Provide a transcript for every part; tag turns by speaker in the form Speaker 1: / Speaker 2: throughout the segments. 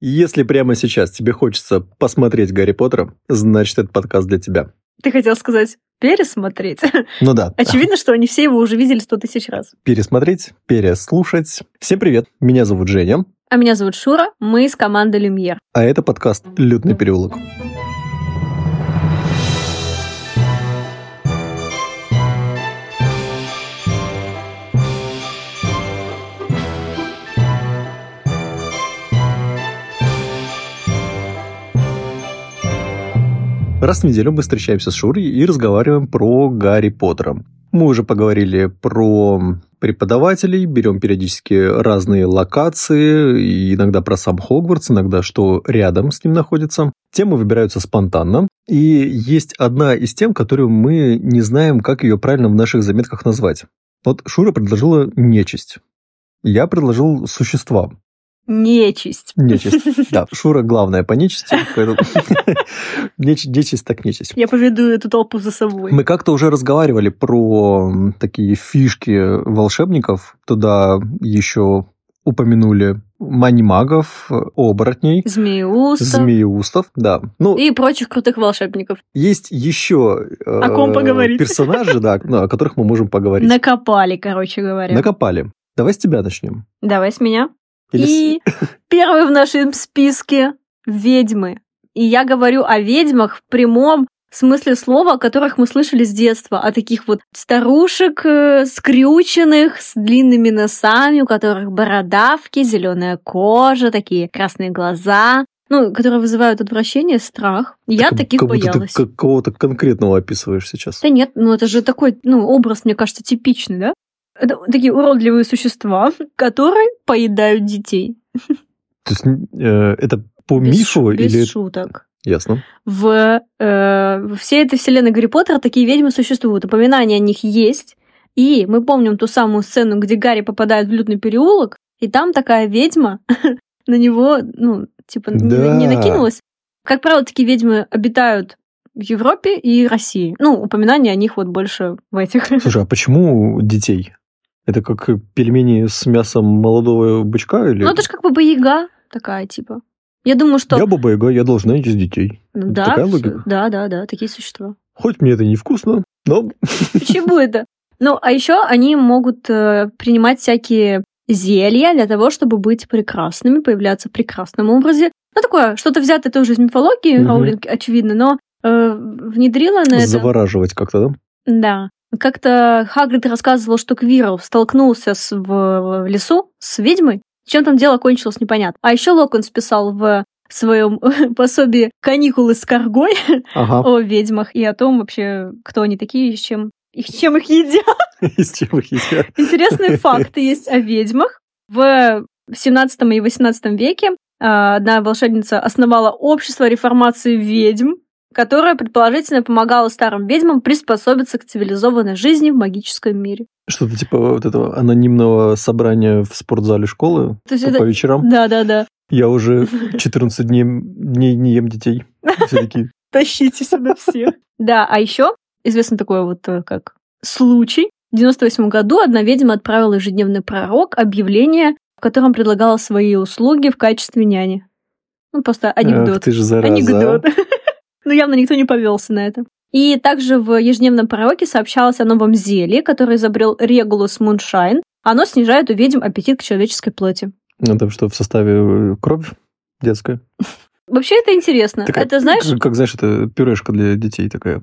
Speaker 1: Если прямо сейчас тебе хочется посмотреть Гарри Поттера, значит, этот подкаст для тебя.
Speaker 2: Ты хотел сказать пересмотреть.
Speaker 1: Ну да.
Speaker 2: Очевидно, что они все его уже видели сто тысяч раз.
Speaker 1: Пересмотреть, переслушать. Всем привет, меня зовут Женя,
Speaker 2: А меня зовут Шура, мы из команды Люмьер.
Speaker 1: а это подкаст «Лютный переулок». Раз в неделю мы встречаемся с Шурой и разговариваем про Гарри Поттера. Мы уже поговорили про преподавателей, берем периодически разные локации, и иногда про сам Хогвартс, иногда что рядом с ним находится. Темы выбираются спонтанно, и есть одна из тем, которую мы не знаем, как ее правильно в наших заметках назвать. Вот Шура предложила нечисть. Я предложил существа.
Speaker 2: Нечисть.
Speaker 1: Нечисть. Да, Шура главная по нечисти. поэтому неч- Нечисть так нечисть.
Speaker 2: Я поведу эту толпу за собой.
Speaker 1: Мы как-то уже разговаривали про м, такие фишки волшебников. Туда еще упомянули манимагов, э, оборотней,
Speaker 2: Змеиуса
Speaker 1: змееустов. Да. Ну,
Speaker 2: и прочих крутых волшебников.
Speaker 1: есть еще
Speaker 2: О ком поговорить.
Speaker 1: персонажи, да, ну, о которых мы можем поговорить.
Speaker 2: Накопали, короче говоря.
Speaker 1: Накопали. Давай с тебя начнем.
Speaker 2: Давай с меня.
Speaker 1: Или с-
Speaker 2: И первый в нашем списке ведьмы. И я говорю о ведьмах в прямом смысле слова, о которых мы слышали с детства, о таких вот старушек, э, скрюченных, с длинными носами, у которых бородавки, зеленая кожа, такие красные глаза, ну, которые вызывают отвращение, страх. Я
Speaker 1: Как-
Speaker 2: таких
Speaker 1: как будто
Speaker 2: боялась.
Speaker 1: ты какого-то конкретного описываешь сейчас.
Speaker 2: Да нет, ну это же такой, ну, образ, мне кажется, типичный, да? Это такие уродливые существа, которые поедают детей.
Speaker 1: То есть м, э, это по
Speaker 2: Без
Speaker 1: мифу
Speaker 2: шу- без
Speaker 1: или...
Speaker 2: шуток.
Speaker 1: Ясно.
Speaker 2: В э, во всей этой вселенной Гарри Поттера такие ведьмы существуют. Упоминания о них есть. И мы помним ту самую сцену, где Гарри попадает в лютный переулок, и там такая ведьма на него, ну, типа, не-
Speaker 1: Да.
Speaker 2: не накинулась. Как правило, такие ведьмы обитают в Европе и России. Ну, упоминания о них вот больше в этих. Ну,
Speaker 1: Слушай, а почему детей? Это как пельмени с мясом молодого бычка или?
Speaker 2: Ну, это же как бы яга такая, типа. Я думаю, что...
Speaker 1: Я баба Яга, я должна есть детей.
Speaker 2: Ну да,
Speaker 1: такая
Speaker 2: с-
Speaker 1: логика.
Speaker 2: да, да, да, такие существа.
Speaker 1: Хоть мне это невкусно, но
Speaker 2: Почему это? Ну, а еще они могут э, принимать всякие зелья для того, чтобы быть прекрасными, появляться в прекрасном образе. Ну, такое, что-то взятое тоже из мифологии,
Speaker 1: Мгм.
Speaker 2: Роулинг, очевидно, но э, внедрила на это...
Speaker 1: завораживать как-то, да?
Speaker 2: Да. Как-то Хагрид рассказывал, что Квирл столкнулся с, в, в лесу с ведьмой. Чем там дело кончилось, непонятно. А еще Локонс писал в своем пособии «Каникулы с коргой»
Speaker 1: Ага,
Speaker 2: о ведьмах и о том вообще, кто они такие и с чем, и с чем их едят.
Speaker 1: из чем их едят.
Speaker 2: Интересные факты есть о ведьмах. В 17 и 18 веке а, одна волшебница основала общество реформации ведьм, которое, предположительно, помогало старым ведьмам приспособиться к цивилизованной жизни в магическом мире.
Speaker 1: Что-то типа вот этого анонимного собрания в спортзале школы
Speaker 2: То есть
Speaker 1: по
Speaker 2: это...
Speaker 1: вечерам.
Speaker 2: Да-да-да.
Speaker 1: Я уже 14 дней, дней не ем детей. Все такие,
Speaker 2: Тащите сюда всех. Да, а еще известно такое вот э, как случай. В 98 году одна ведьма отправила ежедневный пророк объявление, в котором предлагала свои услуги в качестве няни. Ну, просто анекдот.
Speaker 1: «Ах, ты же зараза.
Speaker 2: Анекдот. Но явно никто не повелся на это. И также в ежедневном пророке сообщалось о новом зелье, которое изобрел Регулус Муншайн. Оно снижает у ведьм аппетит к человеческой плоти.
Speaker 1: Ну, там что, в составе э, кровь детская?
Speaker 2: Вообще это интересно.
Speaker 1: Такая,
Speaker 2: это знаешь,
Speaker 1: а Как, как, знаешь, это пюрешка для детей такая.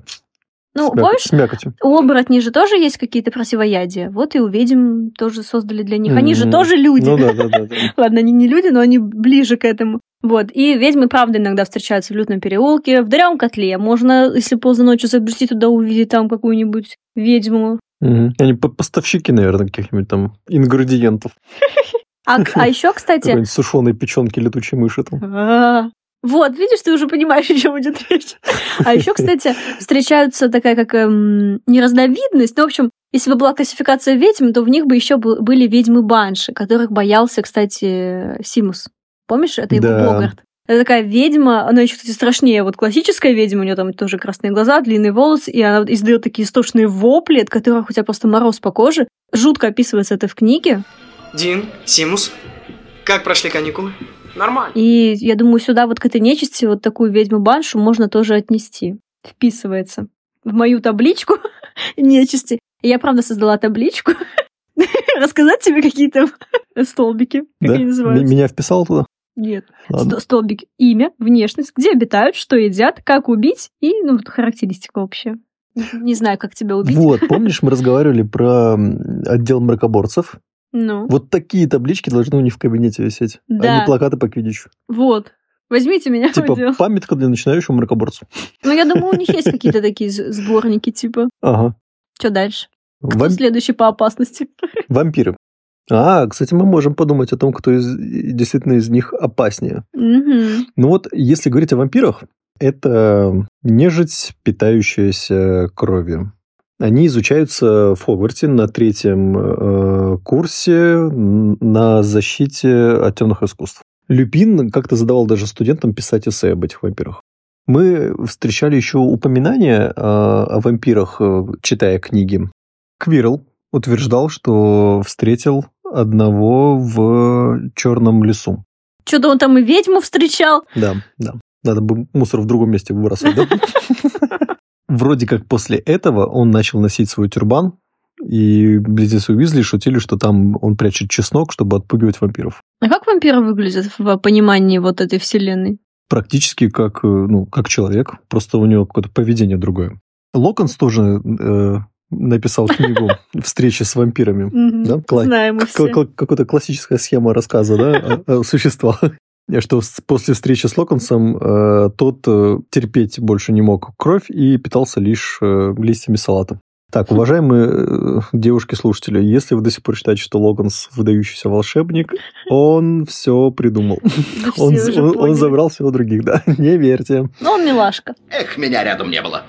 Speaker 2: ну
Speaker 1: с мяко-
Speaker 2: помнишь,
Speaker 1: С мякотью.
Speaker 2: у оборотней же тоже есть какие-то противоядия. Вот и у ведьм тоже создали для них. Они же
Speaker 1: Мгм.
Speaker 2: тоже люди.
Speaker 1: Ну да, да, да. да.
Speaker 2: Ладно, они не люди, но они ближе к этому. Вот. И ведьмы, правда, иногда встречаются в лютном переулке, в дырявом котле. Можно, если поздно ночью забрести туда, увидеть там какую-нибудь ведьму.
Speaker 1: Мгм. Они по- поставщики, наверное, каких-нибудь там ингредиентов.
Speaker 2: А, еще, кстати...
Speaker 1: Какой-нибудь сушеной печенки летучей мыши там.
Speaker 2: А, Вот, видишь, ты уже понимаешь, о чем идет речь. А еще, кстати, встречаются такая как эм, не разновидность, но, в общем, если бы была классификация ведьм, то в них бы еще были ведьмы-банши, которых боялся, кстати, Симус. Помнишь, это его
Speaker 1: Да.
Speaker 2: Богарт? Это такая ведьма, она еще, кстати, страшнее. Вот классическая ведьма, у нее там тоже красные глаза, длинный волос, и она издает такие истошные вопли, от которых у тебя просто мороз по коже. Жутко описывается это в книге.
Speaker 3: Дин, Симус, Как прошли каникулы? Нормально.
Speaker 2: И я думаю, сюда вот к этой нечисти вот такую ведьму баншу можно тоже отнести. Вписывается в мою табличку нечисти. И я, правда, создала табличку. Рассказать тебе какие-то столбики, как
Speaker 1: Да?
Speaker 2: они
Speaker 1: М-
Speaker 2: называются?
Speaker 1: Меня вписал туда?
Speaker 2: Нет.
Speaker 1: Ладно.
Speaker 2: Сто- Столбик. Имя, внешность, где обитают, что едят, как убить и ну, вот характеристика общая. Не знаю, как тебя убить.
Speaker 1: Вот, помнишь, мы разговаривали про м, отдел мракоборцев?
Speaker 2: Ну,
Speaker 1: Вот такие таблички должны у них в кабинете висеть, а
Speaker 2: Да.
Speaker 1: не плакаты по Квиддичу.
Speaker 2: вот. Возьмите меня в
Speaker 1: Типа
Speaker 2: отдел.
Speaker 1: памятка для начинающего мракоборца.
Speaker 2: Ну, я думаю, у них есть какие-то такие з- сборники, типа.
Speaker 1: Ага.
Speaker 2: Что дальше? Кто
Speaker 1: Вам-
Speaker 2: следующий по опасности?
Speaker 1: Вампиры. А, кстати, мы можем подумать о том, кто из, действительно из них опаснее.
Speaker 2: Мгм.
Speaker 1: Ну вот, если говорить о вампирах, это э, нежить, питающаяся кровью. Они изучаются в Хогварте на третьем э, курсе м, на защите от темных искусств. Люпин как-то задавал даже студентам писать эссе об этих вампирах. Мы встречали еще упоминания э, о вампирах, э, читая книги. Квирл утверждал, что встретил одного в черном лесу.
Speaker 2: Что-то он там и ведьму встречал.
Speaker 1: Да, да. Надо бы мусор в другом месте выбрасывать, да? Вроде как после этого он начал носить свой тюрбан, и близнецы Уизли шутили, что там он прячет чеснок, чтобы отпугивать вампиров.
Speaker 2: А как вампиры выглядят в понимании вот этой вселенной?
Speaker 1: Практически как, э, ну, как человек, просто у него какое-то поведение другое. Локонс тоже э, написал книгу «Встречи с вампирами». Да, класс.
Speaker 2: Знаем мы
Speaker 1: Как-
Speaker 2: все.
Speaker 1: как- Какая-то классическая схема рассказа, да, о- о существах. Что с- после встречи с Локонсом э, тот э, терпеть больше не мог кровь и питался лишь э, листьями салата.
Speaker 2: Хм.
Speaker 1: Так, уважаемые э, девушки-слушатели, если вы до сих пор считаете, что Локонс выдающийся волшебник, он все придумал.
Speaker 2: Да все
Speaker 1: Он,
Speaker 2: уже
Speaker 1: он- он
Speaker 2: поняли.
Speaker 1: забрал всего других, да. Не верьте.
Speaker 2: Ну, он милашка.
Speaker 4: Эх, меня рядом не было.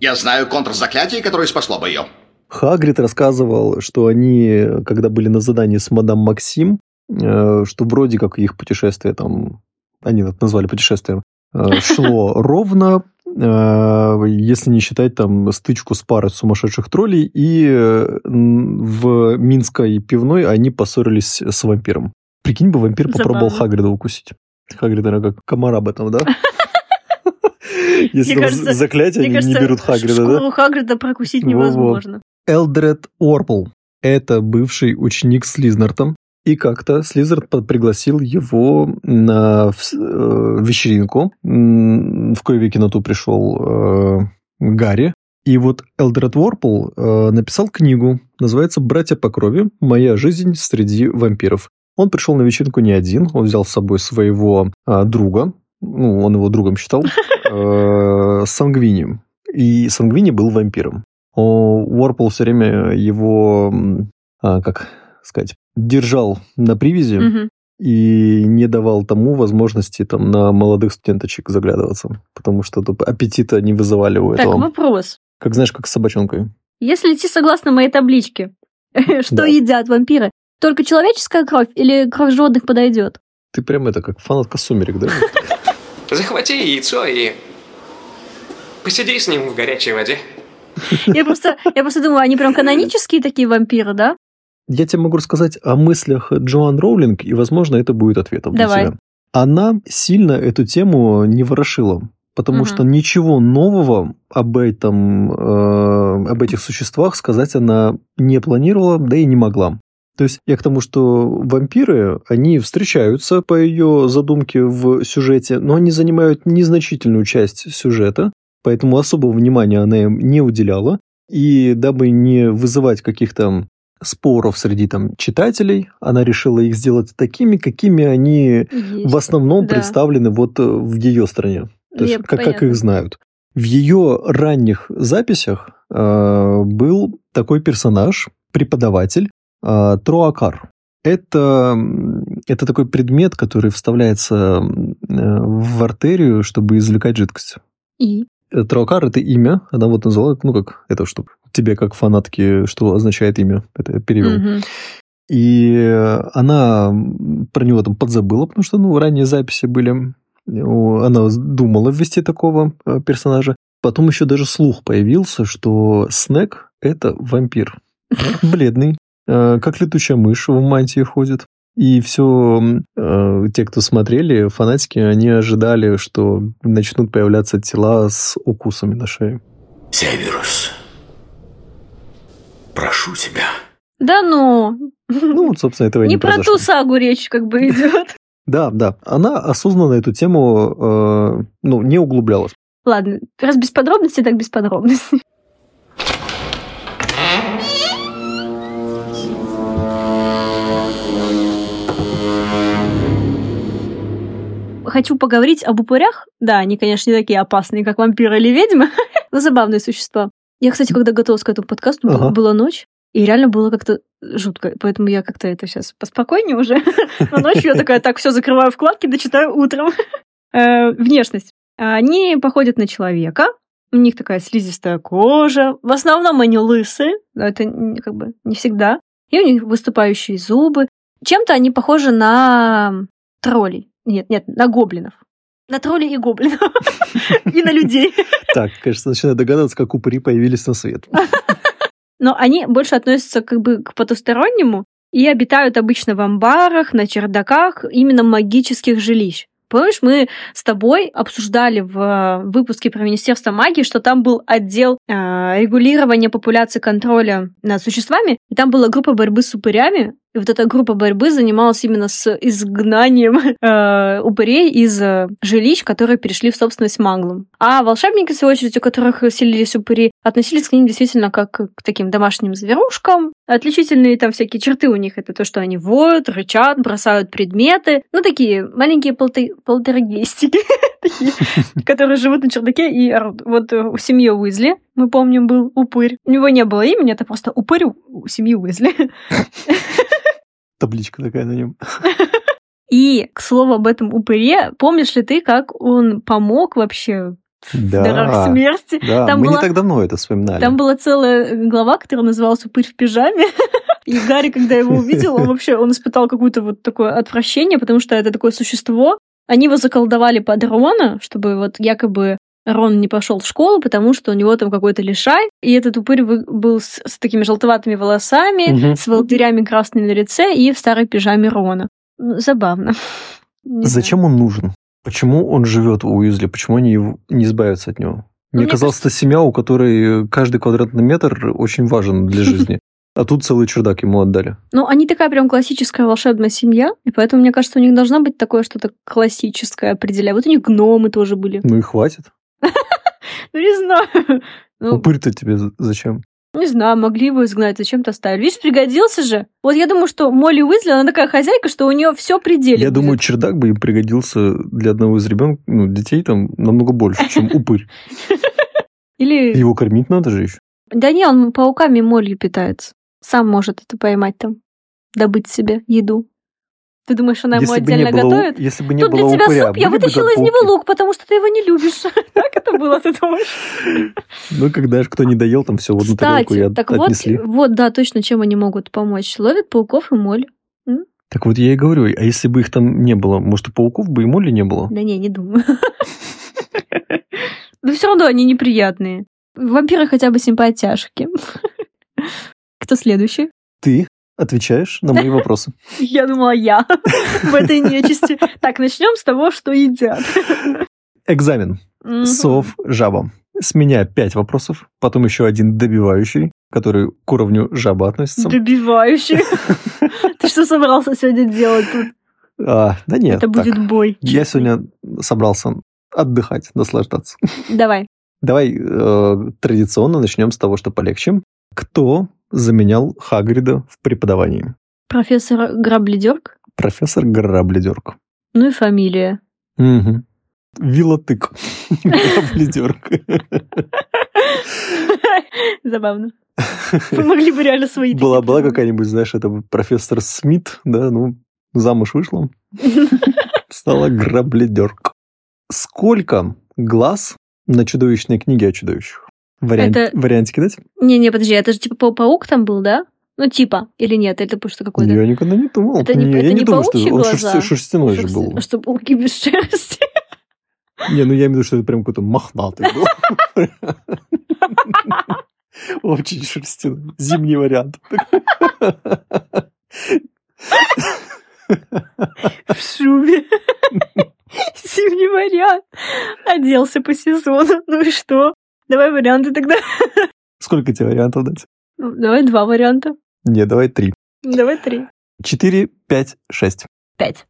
Speaker 4: Я знаю контрзаклятие, которое спасло бы ее.
Speaker 1: Хагрид рассказывал, что они, когда были на задании с мадам Максим, э, что вроде как их путешествие там, они это назвали путешествием, э, шло ровно, э, если не считать там стычку с парой сумасшедших троллей, и э, м, в Минской пивной они поссорились с вампиром. Прикинь бы, вампир попробовал
Speaker 2: Забавно.
Speaker 1: Хагрида укусить. Хагрид, наверное, как комара об этом, да? Если там
Speaker 2: кажется-
Speaker 1: заклятия
Speaker 2: Мне
Speaker 1: не- не
Speaker 2: кажется,
Speaker 1: берут Хагрида, да?
Speaker 2: шкуру Хагрида прокусить
Speaker 1: Во-во.
Speaker 2: невозможно.
Speaker 1: Элдред Орпл. Это бывший ученик Слизнарта. И как-то Слизард под- пригласил его на вс- э, вечеринку, м, в кои веки на ту пришел э, Гарри. И вот Элдред Уорпл э, написал книгу, называется «Братья по крови. Моя жизнь среди вампиров». Он пришел на вечеринку не один, он взял с собой своего а, друга, ну, он его другом считал, э, Сангвини. И Сангвини был вампиром. О, Уорпл все время его, м, а, как сказать, держал на привязи
Speaker 2: Мгм.
Speaker 1: и не давал тому возможности там на молодых студенточек заглядываться, потому что тут аппетита не вызывали у
Speaker 2: Так,
Speaker 1: этого.
Speaker 2: вопрос.
Speaker 1: Как знаешь, как с собачонкой.
Speaker 2: Если идти согласно моей табличке,
Speaker 1: Да.
Speaker 2: что едят вампиры? Только человеческая кровь или кровь животных подойдет?
Speaker 1: Ты прям это как фанатка сумерек, да?
Speaker 3: Захвати яйцо и... Посиди с ним в горячей воде.
Speaker 2: Я просто, я просто думаю, они прям канонические такие вампиры, да?
Speaker 1: Я тебе могу рассказать о мыслях Джоан Роулинг, и, возможно, это будет ответом
Speaker 2: Давай.
Speaker 1: для тебя. Она сильно эту тему не ворошила, потому
Speaker 2: Мгм.
Speaker 1: что ничего нового об этом, э, об этих существах сказать она не планировала, да и не могла. То есть я к тому, что вампиры, они встречаются по ее задумке в сюжете, но они занимают незначительную часть сюжета, поэтому особого внимания она им не уделяла. И дабы не вызывать каких-то споров среди там читателей, она решила их сделать такими, какими они
Speaker 2: Есть.
Speaker 1: в основном
Speaker 2: Да.
Speaker 1: представлены вот э, в ее стране. То есть,
Speaker 2: Я-
Speaker 1: как, как
Speaker 2: понятно.
Speaker 1: их знают. В ее ранних записях э, был такой персонаж, преподаватель э, Троакар. Это, м, это такой предмет, который вставляется м, э, в артерию, чтобы извлекать жидкость.
Speaker 2: И?
Speaker 1: Э, Троакар это имя, она вот назвала, ну как эта штука. Тебе как фанатки, что означает имя? Это я перевел.
Speaker 2: Мгм.
Speaker 1: И э, она м, про него там подзабыла, потому что, ну, ранние записи были. О, Она с- думала ввести такого э, персонажа. Потом еще даже слух появился, что Снег – это вампир. Бледный, э, как летучая мышь в мантии ходит. И все, э, те, кто смотрели, фанатики, они ожидали, что начнут появляться тела с укусами на шее.
Speaker 5: Северус, прошу тебя.
Speaker 2: Да ну,
Speaker 1: Ну, вот, собственно, этого и не,
Speaker 2: не про
Speaker 1: произошло.
Speaker 2: ту сагу речь как бы идет.
Speaker 1: Да, да. Она осознанно эту тему э, ну, не углублялась.
Speaker 2: Ладно, раз без подробностей, так без подробностей. Хочу поговорить об упырях. Да, они, конечно, не такие опасные, как вампиры или ведьмы, но забавные существа. Я, кстати, когда готовилась к этому подкасту, бу-
Speaker 1: Ага.
Speaker 2: была ночь, и реально было как-то жутко. Поэтому я как-то это сейчас поспокойнее уже. Но ночью я такая, так, все, закрываю вкладки, дочитаю утром. Э, Внешность. Они походят на человека. У них такая слизистая кожа. В основном они лысые, но это н- как бы не всегда. И у них выступающие зубы. Чем-то они похожи на троллей. Нет, нет, на гоблинов. На троллей и гоблинов. И на людей.
Speaker 1: Так, конечно, начинаю догадываться, как упыри появились на свет.
Speaker 2: Но они больше относятся как бы к потустороннему и обитают обычно в амбарах, на чердаках, именно магических жилищ. Помнишь, мы с тобой обсуждали в э, выпуске про Министерство магии, что там был отдел э, регулирования популяции контроля над существами, и там была группа борьбы с упырями, и вот эта группа борьбы занималась именно с изгнанием э, упырей из э, жилищ, которые перешли в собственность маглам. А волшебники, в свою очередь, у которых селились упыри, относились к ним действительно как к таким домашним зверушкам. Отличительные там всякие черты у них — это то, что они воют, рычат, бросают предметы. Ну, такие маленькие полты- полтергейстики, такие, которые живут на чердаке и орут. Вот э, у семьи Уизли, мы помним, был упырь. У него не было имени, это просто упырь у- у семьи Уизли.
Speaker 1: Табличка такая на нем.
Speaker 2: И, к слову, об этом упыре, помнишь ли ты, как он помог вообще в
Speaker 1: Да.
Speaker 2: «Дорогах смерти?
Speaker 1: Да,
Speaker 2: Там
Speaker 1: мы
Speaker 2: была-
Speaker 1: не так давно это вспоминали.
Speaker 2: Там была целая глава, которая называлась «Упырь в пижаме». И Гарри, когда его увидел, он вообще он испытал какое-то вот такое отвращение, потому что это такое существо. Они его заколдовали под Рона, чтобы вот якобы Рон не пошел в школу, потому что у него там какой-то лишай. И этот упырь вы- был с, с такими желтоватыми волосами,
Speaker 1: Мгм.
Speaker 2: с волдырями красными на лице и в старой пижаме Рона. Ну, Забавно. Не знаю.
Speaker 1: Зачем он нужен? Почему он живет у Уизли? Почему они его- не избавятся от него?
Speaker 2: Ну,
Speaker 1: Мне
Speaker 2: мне
Speaker 1: казалось, это семья, у которой каждый квадратный метр очень важен для жизни. А тут целый чердак ему отдали.
Speaker 2: Ну, они такая прям классическая волшебная семья, и поэтому, мне кажется, у них должна быть такое что-то классическое определяя. Вот у них гномы тоже были.
Speaker 1: Ну и хватит.
Speaker 2: Ну, не знаю. Ну,
Speaker 1: Упырь-то тебе за- зачем?
Speaker 2: не знаю, могли его изгнать, зачем-то оставили. Видишь, пригодился же. Вот я думаю, что Молли Уизли, она такая хозяйка, что у нее все пределе.
Speaker 1: Я
Speaker 2: будет.
Speaker 1: думаю, чердак бы им пригодился для одного из ребенка, ну, детей там намного больше, чем упырь.
Speaker 2: Или...
Speaker 1: Его кормить надо же еще.
Speaker 2: Да не, он пауками и молью питается. Сам может это поймать там. Добыть себе еду. Ты думаешь, она ему
Speaker 1: Если бы не
Speaker 2: отдельно
Speaker 1: было, у-
Speaker 2: готовит?
Speaker 1: если бы не
Speaker 2: Тут для
Speaker 1: было
Speaker 2: тебя
Speaker 1: упыря,
Speaker 2: суп, я
Speaker 1: были бы
Speaker 2: вытащила из него
Speaker 1: заполки?
Speaker 2: лук, потому что ты его не любишь. Так это было, ты думаешь?
Speaker 1: Ну, когда же кто не доел, там все в одну тарелку и
Speaker 2: Кстати,
Speaker 1: от-
Speaker 2: так вот,
Speaker 1: отнесли.
Speaker 2: вот, да, точно, чем они могут помочь. Ловят пауков и моль.
Speaker 1: Так вот я и говорю, а если бы их там не было, может, и пауков бы и моли не было?
Speaker 2: Да не, не думаю. Но все равно они неприятные. Вампиры хотя бы симпатяшки. Кто следующий?
Speaker 1: Ты отвечаешь на мои вопросы.
Speaker 2: Я думала, я в этой нечисти. Так, начнем с того, что едят.
Speaker 1: Экзамен.
Speaker 2: Мгм.
Speaker 1: Сов жабам. С меня пять вопросов, потом еще один добивающий, который к уровню жаба относится.
Speaker 2: Добивающие. Ты что собрался сегодня делать тут?
Speaker 1: А, да нет,
Speaker 2: Это
Speaker 1: так.
Speaker 2: будет бой.
Speaker 1: Я сегодня собрался отдыхать, наслаждаться.
Speaker 2: Давай.
Speaker 1: Давай э, традиционно начнем с того, что полегче. Кто заменял Хагрида в преподавании?
Speaker 2: Профессор Грабледерк.
Speaker 1: Профессор Грабледерк.
Speaker 2: Ну и фамилия.
Speaker 1: Угу. Вилотык. Грабледерк.
Speaker 2: Забавно. Мы могли бы реально свои такие
Speaker 1: Была, была
Speaker 2: придумать.
Speaker 1: какая-нибудь, знаешь, это бы профессор Смит, да, ну, замуж вышла, стала грабледерк. Сколько глаз на чудовищной книге о чудовищах? Вариант,
Speaker 2: Это-
Speaker 1: Вариантики дать?
Speaker 2: Не-не, подожди, это же типа па- паук там был, да? Ну типа, или нет, это просто какой-то...
Speaker 1: Я никогда не думал.
Speaker 2: Это не-
Speaker 1: я
Speaker 2: это
Speaker 1: не
Speaker 2: не
Speaker 1: думаю, что
Speaker 2: паучьи
Speaker 1: он
Speaker 2: глаза?
Speaker 1: шерсти- шерстяной же
Speaker 2: Шерсти-
Speaker 1: был.
Speaker 2: Что пауки без шерсти?
Speaker 1: Не, ну я имею в виду, что это прям какой-то мохнатый был. Очень шерстяной. Зимний вариант.
Speaker 2: в шубе. Зимний вариант. Оделся по сезону. Ну и что? Давай варианты тогда.
Speaker 1: Сколько тебе вариантов дать?
Speaker 2: Ну, Давай два варианта. Ну,
Speaker 1: Не, давай три.
Speaker 2: Давай три.
Speaker 1: Четыре, пять, шесть.
Speaker 2: Пять.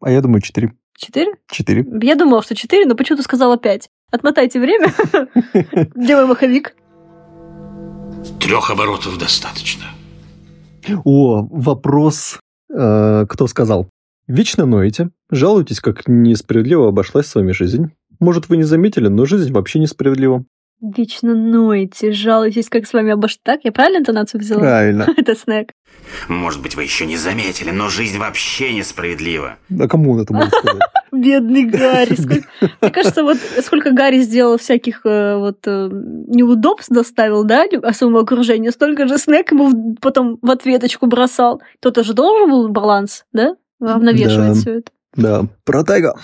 Speaker 1: А я думаю, четыре.
Speaker 2: Четыре?
Speaker 1: Четыре.
Speaker 2: Я думала, что четыре, но почему-то сказала пять. Отмотайте время. Делай маховик.
Speaker 5: Трех оборотов достаточно.
Speaker 1: О, вопрос, э, кто сказал? Вечно ноете, жалуетесь, как несправедливо обошлась с вами жизнь. Может, вы не заметили, но жизнь вообще несправедлива.
Speaker 2: Вечно ноете, жалуетесь, как с вами обош... Так, я правильно интонацию взяла?
Speaker 1: Правильно.
Speaker 2: Это снэк.
Speaker 5: Может быть, вы еще не заметили, но жизнь вообще несправедлива.
Speaker 1: А кому он это может сказать?
Speaker 2: Бедный Гарри. сколько- Мне кажется, вот сколько Гарри сделал всяких э, вот э, неудобств, доставил, да, лю- своему окружению, столько же снэк ему в- потом в ответочку бросал. Кто-то же должен был баланс, да?
Speaker 1: Да.
Speaker 2: Уравновешивать все это.
Speaker 1: Да, протега.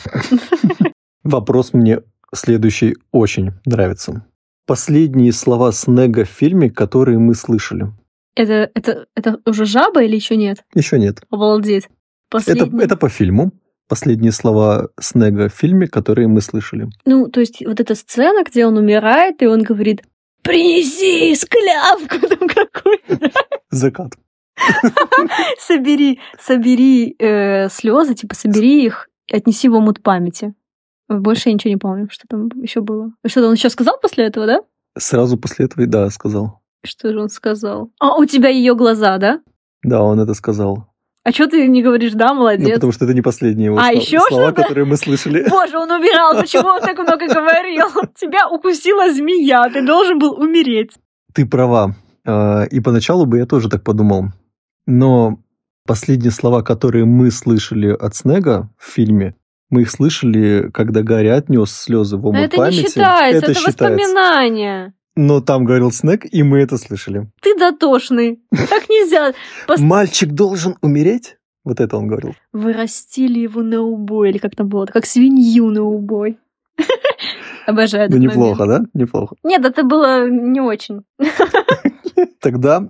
Speaker 1: Вопрос мне следующий очень нравится. Последние слова Снега в фильме, которые мы слышали.
Speaker 2: Это, это, это уже жаба или еще нет?
Speaker 1: Еще нет.
Speaker 2: Обалдеть.
Speaker 1: Это,
Speaker 2: Последний.
Speaker 1: это по фильму. Последние слова Снега в фильме, которые мы слышали.
Speaker 2: Ну, то есть вот эта сцена, где он умирает, и он говорит «Принеси склявку там какую-то,
Speaker 1: Закат.
Speaker 2: собери, собери э, слезы, типа собери их и отнеси в омут памяти». Больше я ничего не помню, что там еще было. Что-то он еще сказал после этого, да?
Speaker 1: Сразу после этого, и да, сказал.
Speaker 2: Что же он сказал? А, у тебя ее глаза, да?
Speaker 1: Да, он это сказал.
Speaker 2: А что ты не говоришь, да,
Speaker 1: Ну,
Speaker 2: молодец?
Speaker 1: потому что это не последние его
Speaker 2: А,
Speaker 1: сло-
Speaker 2: еще
Speaker 1: слова,
Speaker 2: что-то?
Speaker 1: которые мы слышали.
Speaker 2: Боже, он умирал, почему он так много говорил? Тебя укусила змея, ты должен был умереть.
Speaker 1: Ты права. Э, И поначалу бы я тоже так подумал. Но последние слова, которые мы слышали от Снега в фильме, мы их слышали, когда Гарри отнес слезы в
Speaker 2: Но
Speaker 1: омут
Speaker 2: А это
Speaker 1: памяти.
Speaker 2: не считается, это,
Speaker 1: считается.
Speaker 2: воспоминания.
Speaker 1: Но там говорил Снег, и мы это слышали.
Speaker 2: ты дотошный. Так нельзя. Пос-
Speaker 1: Мальчик должен умереть? Вот это он говорил. Ну,
Speaker 2: Вы растили его на убой, или как там было, как свинью на убой. Обожаю
Speaker 1: Ну,
Speaker 2: этот
Speaker 1: неплохо,
Speaker 2: момент.
Speaker 1: да? Неплохо.
Speaker 2: Нет, это было не очень.
Speaker 1: Тогда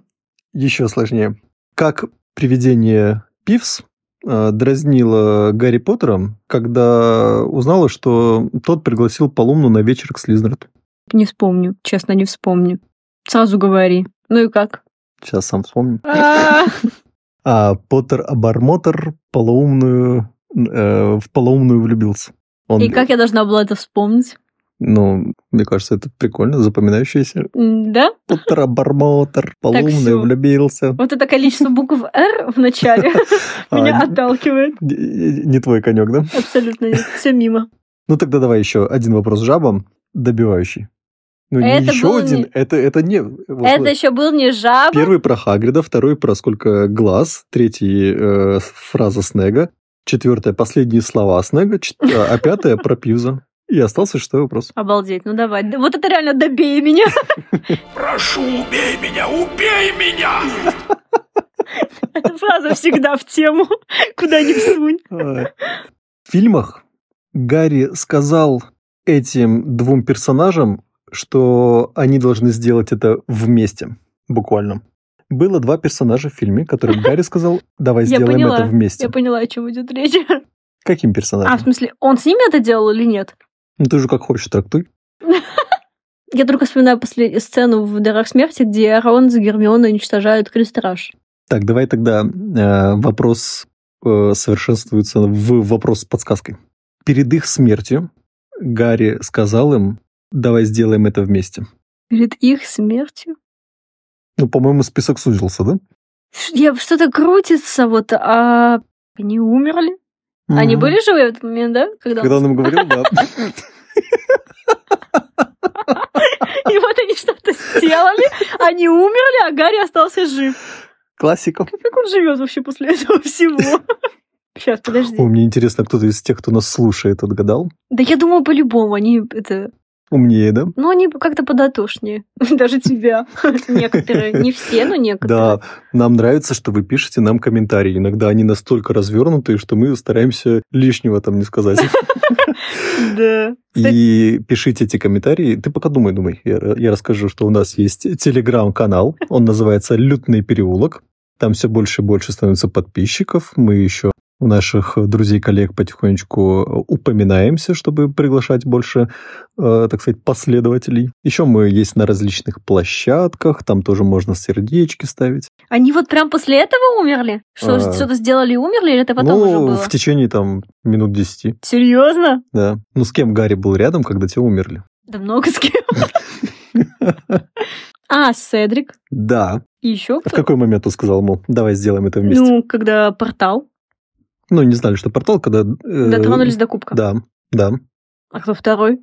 Speaker 1: еще сложнее. Как привидение Пивс э, дразнило Гарри Поттера, когда узнала, что тот пригласил Полумну на вечер к Слизнерту.
Speaker 2: Не вспомню, честно, не вспомню. Сразу говори. Ну и как?
Speaker 1: Сейчас сам вспомню.
Speaker 2: А,
Speaker 1: А Поттер Абармотер полоумную, э, в полоумную влюбился. Он,
Speaker 2: И как я должна была это вспомнить?
Speaker 1: Ну, мне кажется, это прикольно, запоминающееся.
Speaker 2: М, Да?
Speaker 1: Поттер Абармотер полоумный
Speaker 2: всё.
Speaker 1: влюбился.
Speaker 2: Вот это количество букв «Р» в начале меня
Speaker 1: А,
Speaker 2: отталкивает.
Speaker 1: не- не не твой конек, да?
Speaker 2: Абсолютно нет. Все мимо.
Speaker 1: Ну тогда давай еще один вопрос жабам, добивающий. Ну, не
Speaker 2: Это
Speaker 1: еще
Speaker 2: был
Speaker 1: один,
Speaker 2: не-
Speaker 1: это, это не... вот
Speaker 2: Это
Speaker 1: смотри.
Speaker 2: еще был не жаба.
Speaker 1: Первый про Хагрида, второй про сколько глаз, третий э, фраза Снега, четвертая последние слова Снега, чет- а пятая про Пивза. И остался шестой вопрос.
Speaker 2: Обалдеть, ну давай. Да Вот это реально добей меня.
Speaker 5: Прошу, убей меня, убей меня!
Speaker 2: Эта фраза всегда в тему. Куда ни всунь.
Speaker 1: Э, В фильмах Гарри сказал этим двум персонажам, что они должны сделать это вместе, буквально. Было два персонажа в фильме, которым Гарри сказал, давай
Speaker 2: Я
Speaker 1: сделаем
Speaker 2: поняла.
Speaker 1: это вместе.
Speaker 2: Я поняла, о чем идет речь.
Speaker 1: Каким
Speaker 2: А, в
Speaker 1: персонажем?
Speaker 2: смысле, он с ними это делал или нет?
Speaker 1: Ну, ты же как хочешь трактуй.
Speaker 2: Я только вспоминаю после сцену в «Дарах смерти», где Рон с Гермионой уничтожают крестраж.
Speaker 1: Так, давай тогда э, вопрос э, совершенствуется в вопрос с подсказкой. Перед их смертью Гарри сказал им, давай сделаем это вместе.
Speaker 2: Перед их смертью.
Speaker 1: Ну, по-моему, список сузился, да?
Speaker 2: Ш- Я что-то крутится вот, а они умерли? Они
Speaker 1: Мгм.
Speaker 2: были живы в этот момент, да? Когда
Speaker 1: Когда
Speaker 2: он-
Speaker 1: он им говорил, да.
Speaker 2: И вот они что-то сделали, они умерли, а Гарри остался жив.
Speaker 1: Классика.
Speaker 2: Как он живет вообще после этого всего? Сейчас, подожди.
Speaker 1: О, мне интересно, кто-то из тех, кто нас слушает, отгадал.
Speaker 2: Да я думаю, по-любому они это
Speaker 1: Умнее, да?
Speaker 2: Ну, они как-то подотошнее. Даже тебя. Некоторые. Не все, но некоторые.
Speaker 1: Да, нам нравится, что вы пишете нам комментарии. Иногда они настолько развернутые, что мы стараемся лишнего там не сказать.
Speaker 2: Да. Кстати,
Speaker 1: И пишите эти комментарии. Ты пока думай, думай. Я, я расскажу, что у нас есть телеграм-канал. Он называется «Лютный переулок». Там все больше и больше становится подписчиков. Мы еще у наших друзей-коллег потихонечку упоминаемся, чтобы приглашать больше, э, так сказать, последователей. Еще мы есть на различных площадках, там тоже можно сердечки ставить.
Speaker 2: Они вот прям после этого умерли? Что,
Speaker 1: А.
Speaker 2: что-то сделали и умерли, или это потом
Speaker 1: ну,
Speaker 2: уже было?
Speaker 1: в течение там минут 10,
Speaker 2: Серьезно?
Speaker 1: да. Ну, с кем Гарри был рядом, когда те умерли?
Speaker 2: Да много с кем. А, Седрик.
Speaker 1: Да.
Speaker 2: И еще
Speaker 1: В
Speaker 2: кто?
Speaker 1: какой момент он сказал, мол, давай сделаем это вместе? Ну,
Speaker 2: Ну, когда портал.
Speaker 1: не знали, что портал, когда... э,
Speaker 2: Дотронулись до кубка.
Speaker 1: Да, да.
Speaker 2: А кто второй?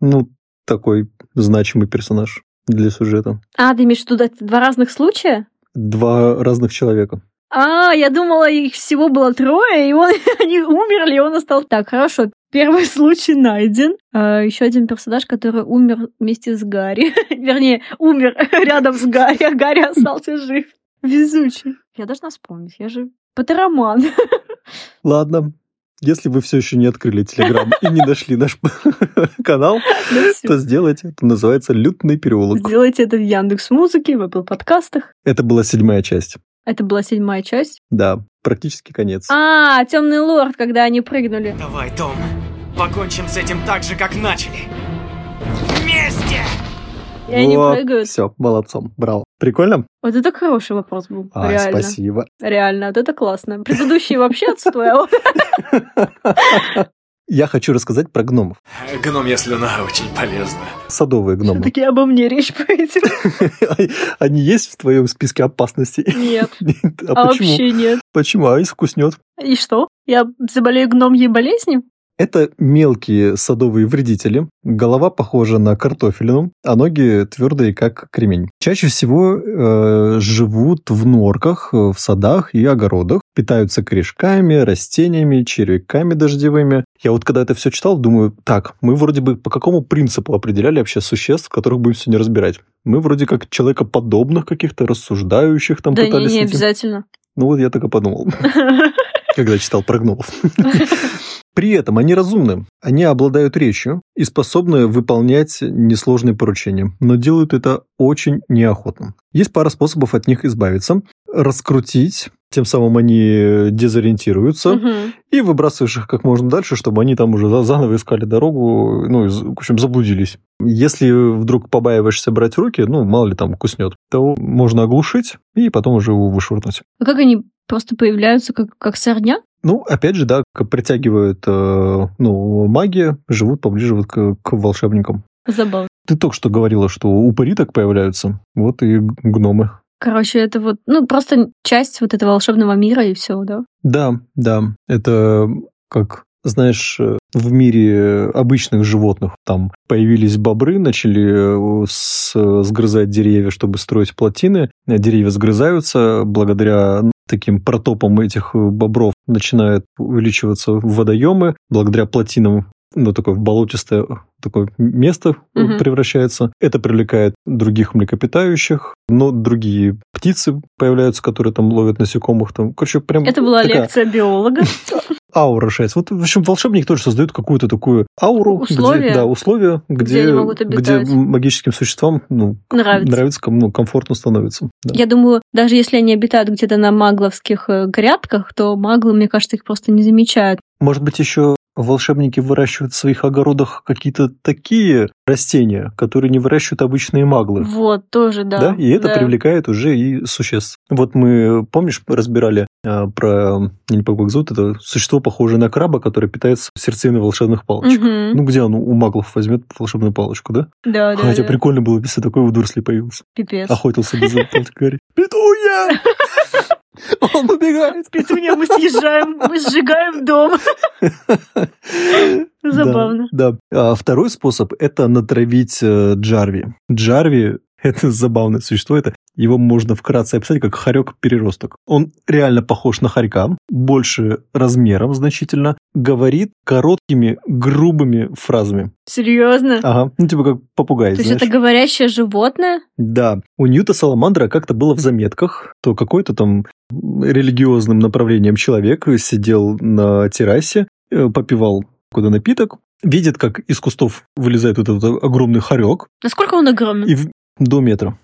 Speaker 1: Ну, такой значимый персонаж для сюжета.
Speaker 2: А, ты имеешь в виду да, два разных случая?
Speaker 1: Два разных человека.
Speaker 2: А, я думала, их всего было трое, и он, они умерли, и он остался. Так, хорошо. Первый случай найден. еще один персонаж, который умер вместе с Гарри. Вернее, умер рядом с Гарри, а Гарри остался жив. Везучий. Я должна вспомнить, я же Патероман.
Speaker 1: Ладно, если вы все еще не открыли Телеграм и не нашли наш канал,
Speaker 2: Да всё.
Speaker 1: то сделайте. Это называется «Лютный переулок».
Speaker 2: Сделайте это в Яндекс Музыке, в Apple подкастах.
Speaker 1: Это была седьмая часть.
Speaker 2: Это была седьмая часть.
Speaker 1: Да, практически конец.
Speaker 2: А, темный лорд, когда они прыгнули.
Speaker 6: Давай, Том, покончим с этим так же, как начали. Вместе!
Speaker 2: И они прыгают.
Speaker 1: Все, молодцом, браво. Прикольно?
Speaker 2: Вот это хороший вопрос был.
Speaker 1: Ай,
Speaker 2: реально.
Speaker 1: спасибо.
Speaker 2: Реально, вот это классно. Предыдущий вообще отстой. а вот-
Speaker 1: Я хочу рассказать про гномов.
Speaker 5: Э,
Speaker 6: Гномья слюна очень полезна.
Speaker 1: Садовые гномы.
Speaker 2: Все-таки обо «А мне речь пойдет.
Speaker 1: Они есть в твоем списке опасностей?
Speaker 2: Нет,
Speaker 1: А
Speaker 2: а
Speaker 1: почему?
Speaker 2: вообще нет.
Speaker 1: Почему? А если вкуснет?
Speaker 2: И что? Я заболею гномьей болезнью?
Speaker 1: Это мелкие садовые вредители. Голова похожа на картофелину, а ноги твердые, как кремень. Чаще всего э, живут в норках, э, в садах и огородах. Питаются корешками, растениями, червяками дождевыми. Я вот когда это все читал, думаю, так, мы вроде бы по какому принципу определяли вообще существ, которых будем сегодня разбирать? Мы вроде как человекоподобных каких-то, рассуждающих там
Speaker 2: Да не,
Speaker 1: пытались...
Speaker 2: не
Speaker 1: найти.
Speaker 2: обязательно.
Speaker 1: Ну вот я так и подумал когда читал про гномов. При этом они разумны, они обладают речью и способны выполнять несложные поручения, но делают это очень неохотно. Есть пара способов от них избавиться. Раскрутить, тем самым они дезориентируются,
Speaker 2: Мгм.
Speaker 1: и выбрасываешь их как можно дальше, чтобы они там уже за- заново искали дорогу, ну, из- в общем, заблудились. Если вдруг побаиваешься брать в руки, ну, мало ли там куснет, то можно оглушить и потом уже его вышвырнуть.
Speaker 2: А как они просто появляются, как, как сорня?
Speaker 1: Ну, опять же, да, к- притягивают э, ну, маги, живут поближе вот к, к волшебникам.
Speaker 2: Забавно.
Speaker 1: Ты только что говорила, что упыри так появляются. Вот и г- гномы.
Speaker 2: Короче, это вот, ну, просто часть вот этого волшебного мира и все, да?
Speaker 1: Да, да. Это как, знаешь, э, в мире обычных животных. Там появились бобры, начали э, с- э, сгрызать деревья, чтобы строить плотины. Э, Деревья сгрызаются благодаря таким протопам этих э, бобров начинают увеличиваться водоемы, благодаря плотинам ну, такое болотистое такое место э,
Speaker 2: Мгм.
Speaker 1: превращается. Это привлекает других млекопитающих, но другие птицы появляются, которые там ловят насекомых. Там. Короче, прям
Speaker 2: Это была
Speaker 1: такая-
Speaker 2: лекция биолога.
Speaker 1: аура шесть. Вот, в общем, волшебник тоже создает какую-то такую ауру. где-
Speaker 2: Условия.
Speaker 1: да, условия, где,
Speaker 2: они могут обитать.
Speaker 1: где магическим существам ну, к-
Speaker 2: Нравится.
Speaker 1: нравится, ком- ну, комфортно становится. Да.
Speaker 2: Я думаю, даже если они обитают где-то на магловских э, грядках, то маглы, мне кажется, их просто не замечают.
Speaker 1: Может быть, еще волшебники выращивают в своих огородах какие-то такие растения, которые не выращивают обычные маглы.
Speaker 2: Вот, тоже, да.
Speaker 1: Да, и это
Speaker 2: да.
Speaker 1: привлекает уже и существ. Вот мы, помнишь, разбирали э, про, я не помню, как зовут, это существо, похожее на краба, которое питается сердцевиной волшебных палочек.
Speaker 2: Мгм.
Speaker 1: Ну, где он у маглов возьмет волшебную палочку, да?
Speaker 2: да, да,
Speaker 1: Хотя
Speaker 2: да.
Speaker 1: прикольно было, если такой в Дурсли появился.
Speaker 2: Пипец.
Speaker 1: Охотился без палочки, говорит, Петуня! Он убегает.
Speaker 2: Петуня, мы съезжаем, мы сжигаем дом.
Speaker 1: Да,
Speaker 2: Забавно.
Speaker 1: Да. А Второй способ – это натравить э, Джарви. Джарви – это забавное существо, это его можно вкратце описать как хорек-переросток. Он реально похож на хорька, больше размером значительно, говорит короткими, грубыми фразами.
Speaker 2: Серьезно?
Speaker 1: Ага, ну типа как попугай,
Speaker 2: То есть
Speaker 1: знаешь.
Speaker 2: это говорящее животное?
Speaker 1: Да, у Ньюта Саламандра как-то было в заметках, то какой-то там религиозным направлением человек сидел на террасе, э, попивал куда напиток, видит, как из кустов вылезает вот этот огромный хорек,
Speaker 2: Насколько он огромен?
Speaker 1: и в- до метра.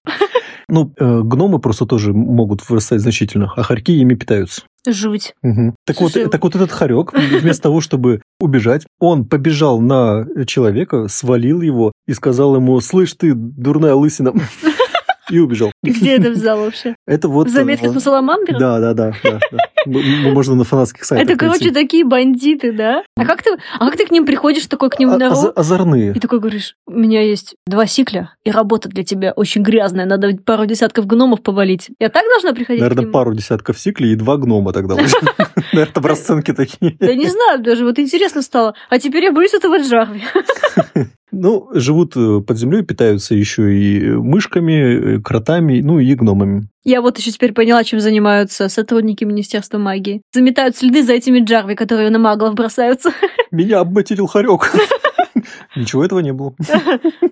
Speaker 1: Ну, э, гномы просто тоже могут вырастать значительно, а хорьки ими питаются.
Speaker 2: Жуть.
Speaker 1: Мгм. Так, вот,
Speaker 2: Слушай,
Speaker 1: так вот этот хорек, вместо того, чтобы убежать, он побежал на человека, свалил его и сказал ему, слышь ты, дурная лысина, и убежал.
Speaker 2: Где это взял вообще?
Speaker 1: Это вот...
Speaker 2: В заметках
Speaker 1: э,
Speaker 2: у Саламамбера?
Speaker 1: Да, да, да. да, да. М- м- Можно на фанатских сайтах.
Speaker 2: Это, короче,
Speaker 1: найти.
Speaker 2: такие бандиты, да? А как ты, а как ты к ним приходишь такой к ним в
Speaker 1: А-
Speaker 2: нору?
Speaker 1: аза- Озорные.
Speaker 2: И такой говоришь, у меня есть два сикля, и работа для тебя очень грязная, надо пару десятков гномов повалить. Я так должна приходить к
Speaker 1: Наверное,
Speaker 2: ним?
Speaker 1: пару десятков сиклей и два гнома тогда лучше. Наверное, там расценки такие.
Speaker 2: Да не знаю даже, вот интересно стало. А теперь я боюсь этого ржавы.
Speaker 1: Ну, живут э, под землей, питаются еще и мышками, э, кротами, ну и гномами.
Speaker 2: Я вот еще теперь поняла, чем занимаются сотрудники Министерства магии. Заметают следы за этими джарви, которые на маглов бросаются.
Speaker 1: Меня обматерил хорек. Ничего этого не было.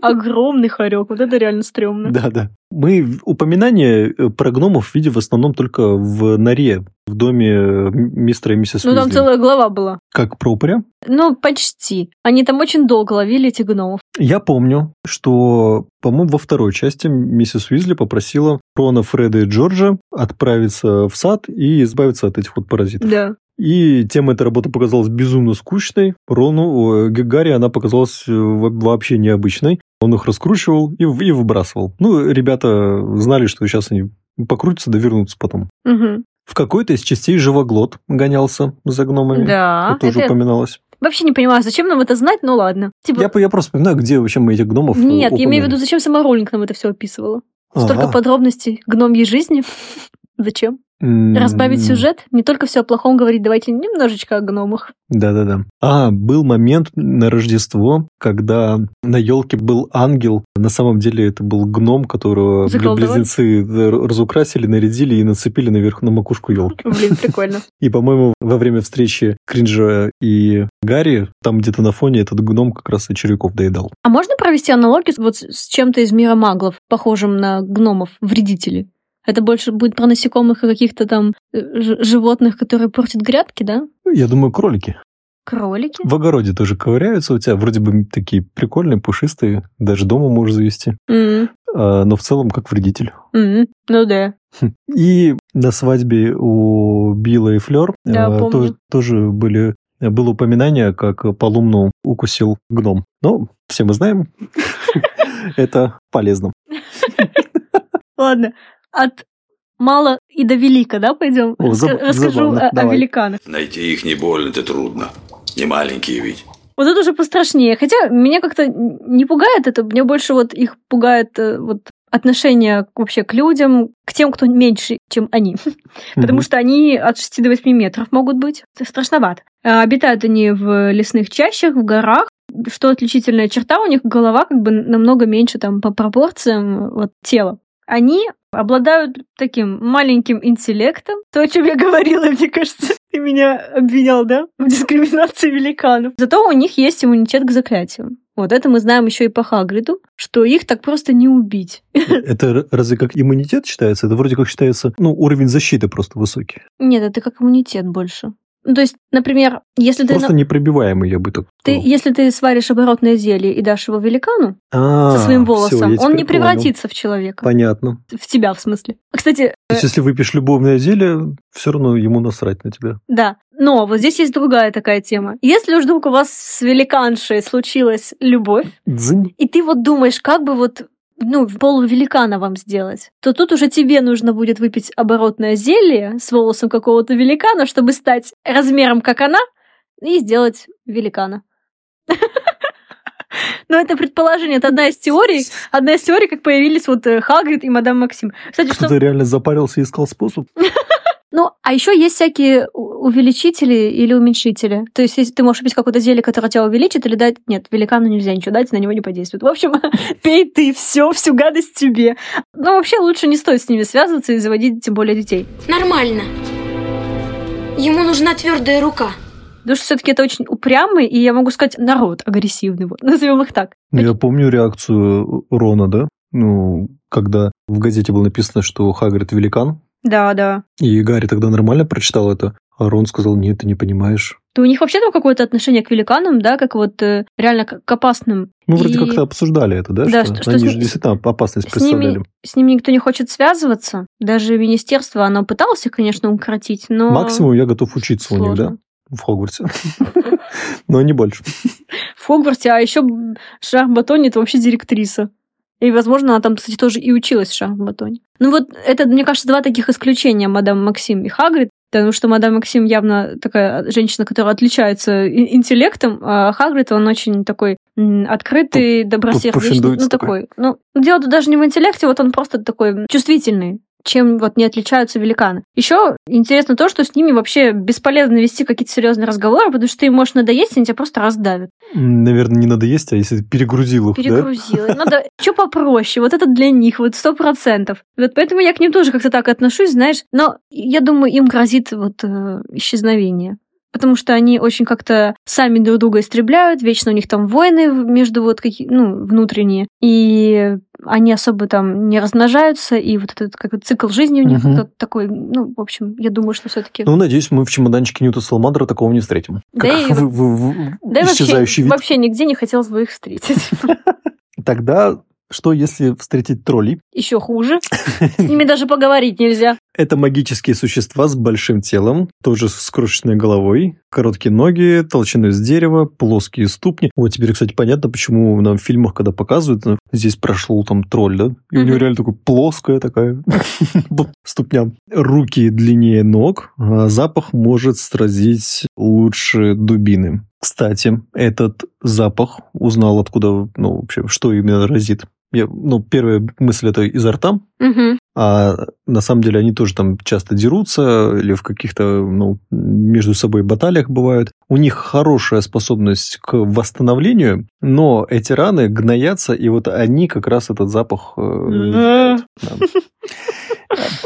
Speaker 2: Огромный хорек, вот это реально стрёмно.
Speaker 1: Да, да. Мы в- упоминания э, про гномов видим в основном только в норе, в доме э, м- мистера и миссис
Speaker 2: Ну там
Speaker 1: Уизли.
Speaker 2: целая глава была.
Speaker 1: Как про упыря.
Speaker 2: Ну, почти. Они там очень долго ловили этих гномов.
Speaker 1: Я помню, что, по-моему, во второй части миссис Уизли попросила Рона, Фреда и Джорджа отправиться в сад и избавиться от этих вот паразитов.
Speaker 2: Да.
Speaker 1: И тем эта работа показалась безумно скучной. Рону, о, Г- Гарри она показалась э, во- вообще необычной. Он их раскручивал и, в- и выбрасывал. Ну, ребята знали, что сейчас они покрутятся да вернутся потом.
Speaker 2: Мгм.
Speaker 1: В какой-то из частей живоглот гонялся за гномами.
Speaker 2: Да.
Speaker 1: Это тоже
Speaker 2: это-
Speaker 1: упоминалось.
Speaker 2: Вообще не понимаю, зачем нам это знать, ну ладно. Типа,
Speaker 1: Я, по- я просто вспоминаю, где вообще мы этих гномов э,
Speaker 2: Нет, я имею в виду,
Speaker 1: упомянули.
Speaker 2: зачем сама Роллинг нам это все описывала? Столько
Speaker 1: Ага.
Speaker 2: подробностей гномьей жизни. Зачем?
Speaker 1: М,
Speaker 2: Разбавить сюжет, не только все о плохом говорить, давайте немножечко о гномах.
Speaker 1: Да-да-да. А, был момент на Рождество, когда на елке был ангел. На самом деле это был гном, которого бл-
Speaker 2: Заколдовали?
Speaker 1: близнецы э, разукрасили, нарядили и нацепили наверх на макушку елки.
Speaker 2: Блин, прикольно.
Speaker 1: И, по-моему, во время встречи Кринжа и Гарри, там где-то на фоне этот гном как раз и червяков доедал.
Speaker 2: А можно провести аналогию вот с с чем-то из мира маглов, похожим на гномов, вредителей? Это больше будет про насекомых и каких-то там э, ж- животных, которые портят грядки, да?
Speaker 1: Я думаю, кролики.
Speaker 2: Кролики?
Speaker 1: В огороде тоже ковыряются у тебя, вроде бы такие прикольные, пушистые, даже дома можешь завести,
Speaker 2: М,
Speaker 1: А, но в целом как вредитель.
Speaker 2: м, Ну да.
Speaker 1: И на свадьбе у Билла и Флер
Speaker 2: Да, помню.
Speaker 1: тоже, тоже были, было упоминание, как Полумну укусил гном. Но все мы знаем, это полезно.
Speaker 2: Ладно. От мала и до велика, да, пойдем?
Speaker 1: О, заб-
Speaker 2: Расскажу
Speaker 1: забавно.
Speaker 2: о- о
Speaker 1: Давай.
Speaker 2: великанах.
Speaker 7: Найти их не больно-то трудно. Не маленькие ведь.
Speaker 2: Вот это уже пострашнее. Хотя меня как-то не пугает это, мне больше вот их пугает э, вот отношение к- вообще к людям, к тем, кто меньше, чем они. Потому
Speaker 1: Мгм.
Speaker 2: что они от 6 до 8 метров могут быть. Это страшновато. А Обитают они в лесных чащах, в горах. Что отличительная черта у них, голова как бы намного меньше там по пропорциям вот, тела. Они обладают таким маленьким интеллектом. То, о чем я говорила, мне кажется, ты меня обвинял, да, в дискриминации великанов. Зато у них есть иммунитет к заклятиям. Вот это мы знаем еще и по Хагриду, что их так просто не убить.
Speaker 1: Это р- разве как иммунитет считается? Это вроде как считается, ну, уровень защиты просто высокий.
Speaker 2: Нет, это как иммунитет больше. Ну, то есть, например, если ты... на-
Speaker 1: Просто непробиваемый, я бы так
Speaker 2: Ты,
Speaker 1: сказал.
Speaker 2: если ты сваришь оборотное зелье и дашь его великану
Speaker 1: А,
Speaker 2: со своим
Speaker 1: всё, я
Speaker 2: волосом,
Speaker 1: теперь
Speaker 2: он не
Speaker 1: понял.
Speaker 2: превратится в человека.
Speaker 1: Понятно.
Speaker 2: В тебя, в смысле. Кстати,
Speaker 1: То есть, если выпьешь любовное зелье, все равно ему насрать на тебя.
Speaker 2: да. Но вот здесь есть другая такая тема. Если уж вдруг у вас с великаншей случилась любовь,
Speaker 1: Дзынь.
Speaker 2: и ты вот думаешь, как бы вот ну, полувеликана вам сделать, то тут уже тебе нужно будет выпить оборотное зелье с волосом какого-то великана, чтобы стать размером, как она, и сделать великана. Но это предположение, это одна из теорий, одна из теорий, как появились вот э, Хагрид и мадам Максим. Кстати, что...
Speaker 1: Кто-то реально запарился и искал способ.
Speaker 2: Ну, а еще есть всякие у- увеличители или уменьшители. То есть, если ты можешь пить какое-то зелье, которое тебя увеличит, или дать... Нет, великану нельзя ничего дать, на него не подействует. В общем, пей ты все, всю гадость тебе. Но вообще лучше не стоит с ними связываться и заводить тем более детей.
Speaker 8: Нормально. Ему нужна твердая рука.
Speaker 2: Потому что все-таки это очень упрямый, и я могу сказать, народ агрессивный. Вот, назовем их так.
Speaker 1: Ну, Я помню реакцию Рона, да? Ну, когда в газете было написано, что Хагрид великан,
Speaker 2: Да, да.
Speaker 1: и Гарри тогда нормально прочитал это, А Рон сказал, нет, ты не понимаешь.
Speaker 2: То у них вообще там какое-то отношение к великанам, да, как вот э, реально к, к опасным.
Speaker 1: Мы вроде
Speaker 2: И
Speaker 1: как-то обсуждали это, да?
Speaker 2: Да,
Speaker 1: что,
Speaker 2: что- что
Speaker 1: они
Speaker 2: с-
Speaker 1: же действительно опасность
Speaker 2: с ними,
Speaker 1: представляли.
Speaker 2: с ними никто не хочет связываться. Даже министерство, оно пыталось их, конечно, укротить, но...
Speaker 1: Максимум я готов учиться у них, да?
Speaker 2: а, Сложно.
Speaker 1: В Хогвартсе. Но не больше.
Speaker 2: В Хогвартсе, а еще б, Шахбатоне это вообще директриса. И, возможно, она там, кстати, тоже и училась в Шахбатоне. Ну вот это, мне кажется, два таких исключения, мадам Максим и Хагрид. Потому что мадам Максим явно такая женщина, которая отличается и- интеллектом, а Хагрид, он очень такой м, открытый, добросердечный.
Speaker 1: пуффендуется
Speaker 2: Ну, такой. Ну, дело тут даже не в интеллекте, вот он просто такой чувствительный чем вот не отличаются великаны. Еще интересно то, что с ними вообще бесполезно вести какие-то серьезные разговоры, потому что ты им можешь надоесть, и они тебя просто раздавят.
Speaker 1: М, Наверное, не надо есть, а если перегрузил их, да?
Speaker 2: Перегрузила. Надо что попроще. Вот это для них, вот сто процентов. Вот поэтому я к ним тоже как-то так отношусь, знаешь. Но я думаю, им грозит вот э, исчезновение. Потому что они очень как-то сами друг друга истребляют, вечно у них там войны в- между вот какие, ну, внутренние, и они особо там не размножаются, и вот этот как цикл жизни у них
Speaker 1: Мгм.
Speaker 2: как-то такой, ну, в общем, я думаю, что все-таки.
Speaker 1: Ну, надеюсь, мы в чемоданчике Ньюта Саламандра такого не встретим.
Speaker 2: Да
Speaker 1: Как
Speaker 2: и-
Speaker 1: вы- вы- вы-
Speaker 2: да и вообще,
Speaker 1: исчезающий вид.
Speaker 2: вообще нигде не хотелось бы их встретить.
Speaker 1: Тогда что, если встретить троллей?
Speaker 2: Еще хуже. С ними даже поговорить нельзя.
Speaker 1: Это магические существа с большим телом, тоже с крошечной головой, короткие ноги, толщиной с дерева, плоские ступни. Вот теперь, кстати, понятно, почему нам в фильмах, когда показывают, ну, здесь прошел там тролль, да? И у него
Speaker 2: Мгм.
Speaker 1: реально такой плоская такая по ступням. Руки длиннее ног, а запах может сразить лучше дубины. Кстати, этот запах узнал, откуда, ну, вообще, что именно разит. Я, ну, первая мысль это изо рта,
Speaker 2: Мгм.
Speaker 1: а на самом деле они тоже там часто дерутся или в каких-то ну, между собой баталиях бывают. У них хорошая способность к восстановлению, но эти раны гноятся, и вот они как раз этот запах... э, да.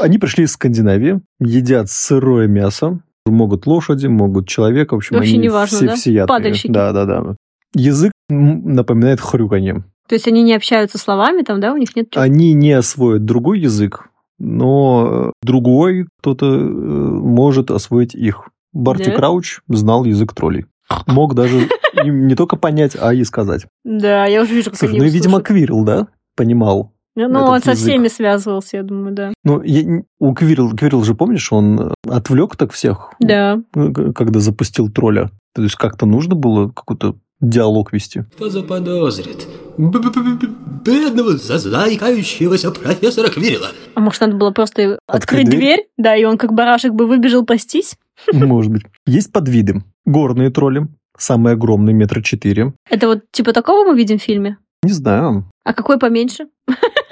Speaker 1: Они пришли из Скандинавии, едят сырое мясо, могут лошади, могут человека, в общем,
Speaker 2: Вообще
Speaker 1: они
Speaker 2: неважно,
Speaker 1: все
Speaker 2: да?
Speaker 1: всеядные.
Speaker 2: Падальщики.
Speaker 1: Да-да-да. Язык м, напоминает хрюканье.
Speaker 2: То есть они не общаются словами, там, да, у них нет чувств?
Speaker 1: Они не освоят другой язык, но э, другой кто-то э, может освоить их. Барти
Speaker 2: Да?
Speaker 1: Крауч знал язык троллей. Мог даже им не только понять, а и сказать.
Speaker 2: Да, я уже вижу, как
Speaker 1: Слушай,
Speaker 2: они
Speaker 1: ну и,
Speaker 2: его
Speaker 1: видимо,
Speaker 2: слушают.
Speaker 1: Квирл, да? Понимал.
Speaker 2: Ну,
Speaker 1: этот
Speaker 2: он со
Speaker 1: язык.
Speaker 2: всеми связывался, я думаю, да.
Speaker 1: Ну, я не- у Квирл, Квирл же, помнишь, он э, отвлек так всех,
Speaker 2: Да.
Speaker 1: э, к- когда запустил тролля. То есть как-то нужно было какой-то диалог вести.
Speaker 9: Кто заподозрит? Б-б-б-б- Бедного зазаикающегося профессора Квирила.
Speaker 2: А может, надо было просто
Speaker 1: Открыть
Speaker 2: открыть дверь? Да, и он как барашек бы выбежал пастись.
Speaker 1: Может быть. Есть подвиды. Горные тролли. Самые огромные, метра четыре.
Speaker 2: Это вот типа такого мы видим в фильме?
Speaker 1: Не знаю.
Speaker 2: А какой поменьше?